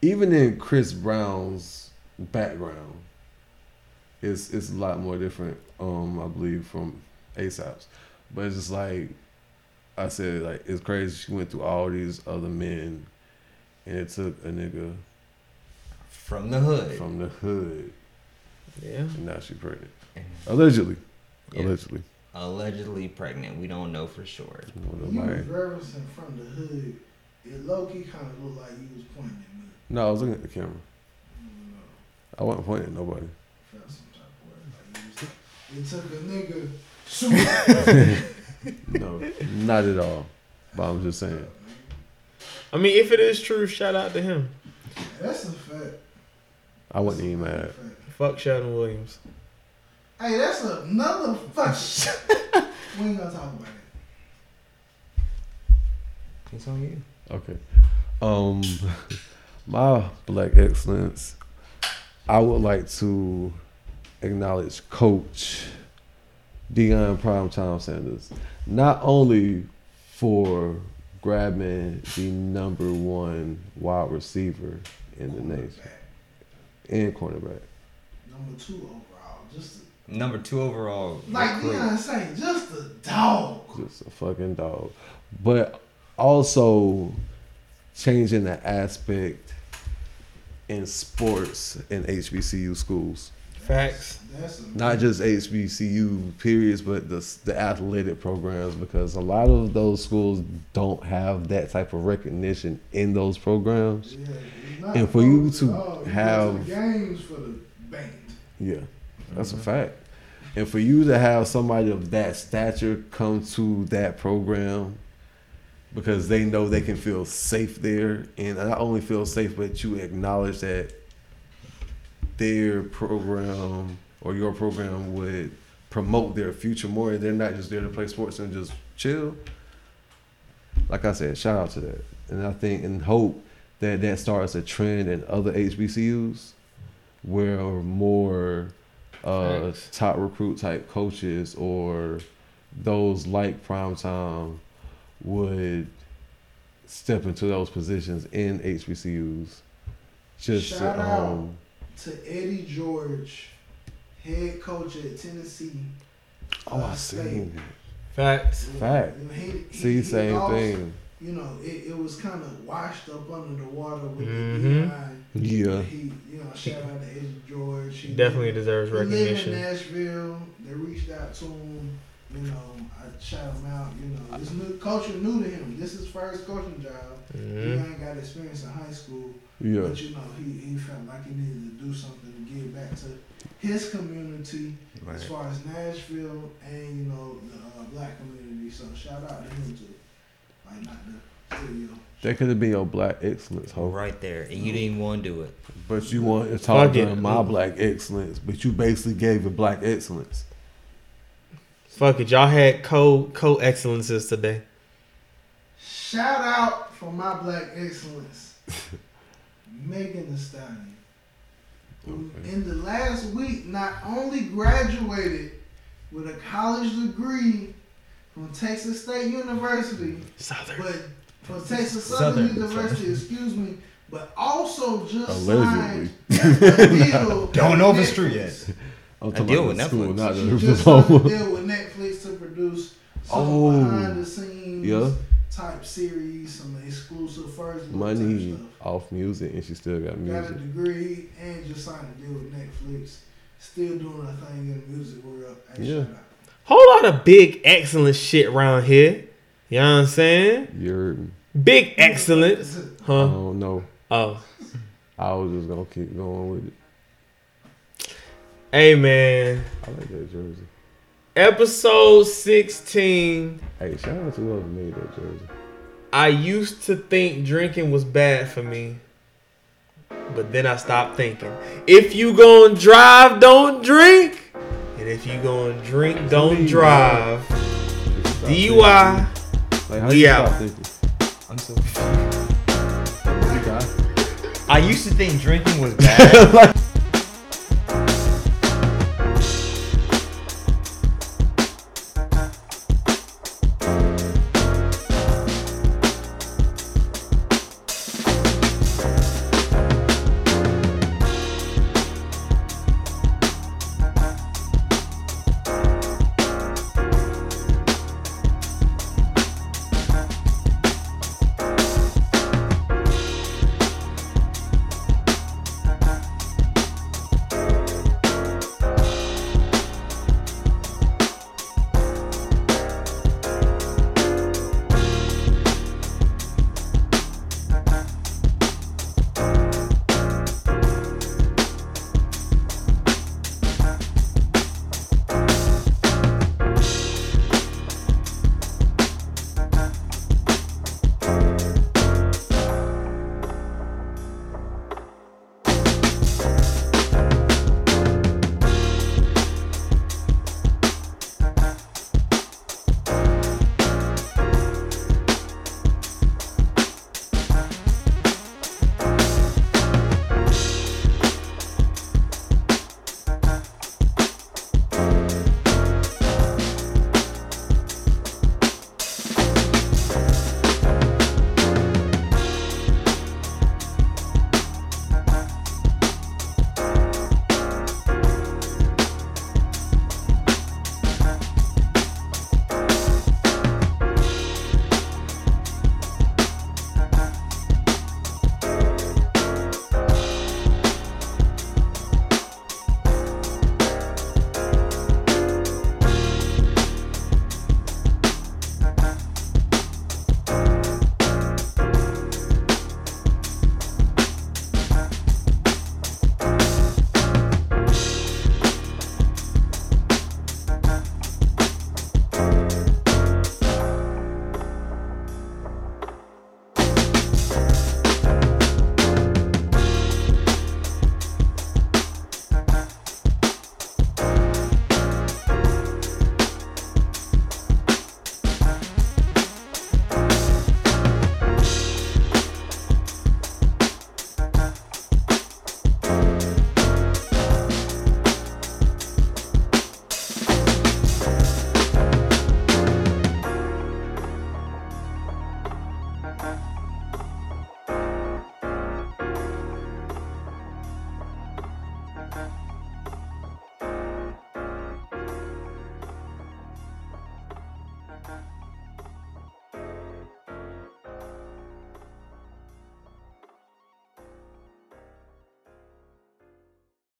B: even in Chris Brown's background, it's it's a lot more different. Um, I believe from ASAP's, but it's just like I said, like it's crazy. She went through all these other men, and it took a nigga
C: From the hood.
B: from the hood,
A: Yeah.
B: and now she pregnant, allegedly,
C: Yeah.
B: allegedly.
C: Allegedly pregnant. We don't know for sure.
B: You know,
D: You
B: nobody-
D: was referencing from the hood. It low key kind of looked like you was pointing at me.
B: No, I was looking at the camera.
D: I don't know.
B: I wasn't pointing at nobody.
D: Felt some type of way. Like you was, it took a nigga. Super.
B: No, not at all. But I'm just saying.
A: I mean, if it is true, shout out to him.
D: That's a fact.
B: I wasn't even mad.
A: Fuck Sheldon Williams.
D: Hey, that's another fuck. we ain't gonna talk about it.
C: It's on you.
B: Okay. Um, my black excellence. I would like to acknowledge Coach Deion Primetime Sanders, not only for grabbing the number one wide receiver in the nation and cornerback.
D: Number two overall, just
C: Number two overall.
D: a, like
C: recruit.
D: Deion saying, just a dog.
B: just a fucking dog. But also changing the aspect in sports in HBCU schools.
A: Facts.
D: That's a
B: Not just HBCU periods, but the the athletic programs because a lot of those schools don't have that type of recognition in those programs.
D: Yeah, it's not
B: And for you
D: focused
B: to
D: at all. You go to
B: have-
D: the games for the band.
B: Yeah, that's a fact. And for you to have somebody of that stature come to that program because they know they can feel safe there, and not only feel safe, but you acknowledge that their program or your program would promote their future more, and they're not just there to play sports and just chill. Like I said, shout out to that, and I think and hope that that starts a trend in other HBCUs where more uh,
A: Facts.
B: top recruit type coaches or those like primetime would step into those positions in HBCUs. Just
D: Shout
B: to,
D: out.
B: um,
D: to Eddie George, head coach at Tennessee.
B: oh, I
D: uh, State.
B: seen
A: Facts.
D: You-
B: Fact.
D: you know, he-
B: it.
D: he-
B: See,
D: he
B: same
D: lost,
B: thing.
D: You know, it, it was kind of washed up under the water with the
A: Mhm.
D: DI.
B: Yeah.
D: He, you know, shout out to Eddie George. He
A: He definitely deserves
D: he lived in
A: recognition.
D: Nashville. They reached out to him. You know, I shout him out. You know, this new culture new to him. This is his first coaching job.
A: Mhm.
D: He ain't got experience in high school.
B: Yeah.
D: But you know, he, he felt like he needed to do something to give back to his community as far as Nashville and you know the uh, black community. So shout out to him too. Like not the studio.
B: That could have been your black excellence, ho.
C: right there, and you didn't want to do it.
B: But you want to talk
A: Fuck it.
B: about my black excellence, but you basically gave it black excellence.
A: Fuck it, y'all had co co excellences today.
D: Shout out for my black excellence, Megan Thee Stallion. Who
B: Okay.
D: in the last week not only graduated with a college degree from Texas State University.
A: Southern.
D: but for Texas Southern,
A: Southern.
D: University, excuse me, but also just
B: Allegedly.
D: signed a deal.
C: Don't
D: with
C: know if it's true
D: Netflix.
C: yet.
B: I'm
C: I deal with
B: the school,
C: Netflix.
B: not
D: She
B: the
D: just signed a
B: diploma.
D: deal with Netflix to produce some
B: Oh.
D: behind the scenes
B: Yeah.
D: type series, some exclusive first look
B: Money
D: type stuff.
B: off music, and she still got
D: Got a
B: music.
D: degree and just signed a deal with Netflix. Still doing a thing in the music world. Hey,
B: Yeah.
D: shout out.
A: Whole lot of big excellence shit around here. You know what I'm saying?
B: You're,
A: Big excellence.
B: I
A: Huh?
B: don't know.
A: Oh.
B: I was just gonna keep going with it.
A: Hey man.
B: I like that jersey.
A: Episode 16.
B: Hey, shout out to whoever made that jersey.
A: I used to think drinking was bad for me. But then I stopped thinking. If you gonna drive, don't drink. And if you gonna drink, don't
B: Please,
A: drive.
B: Just stop
A: DUI.
B: thinking. Like, how
A: we
B: you
A: out.
B: stop thinking?
C: I'm so.
B: Like, you die?
C: I used to think drinking was bad.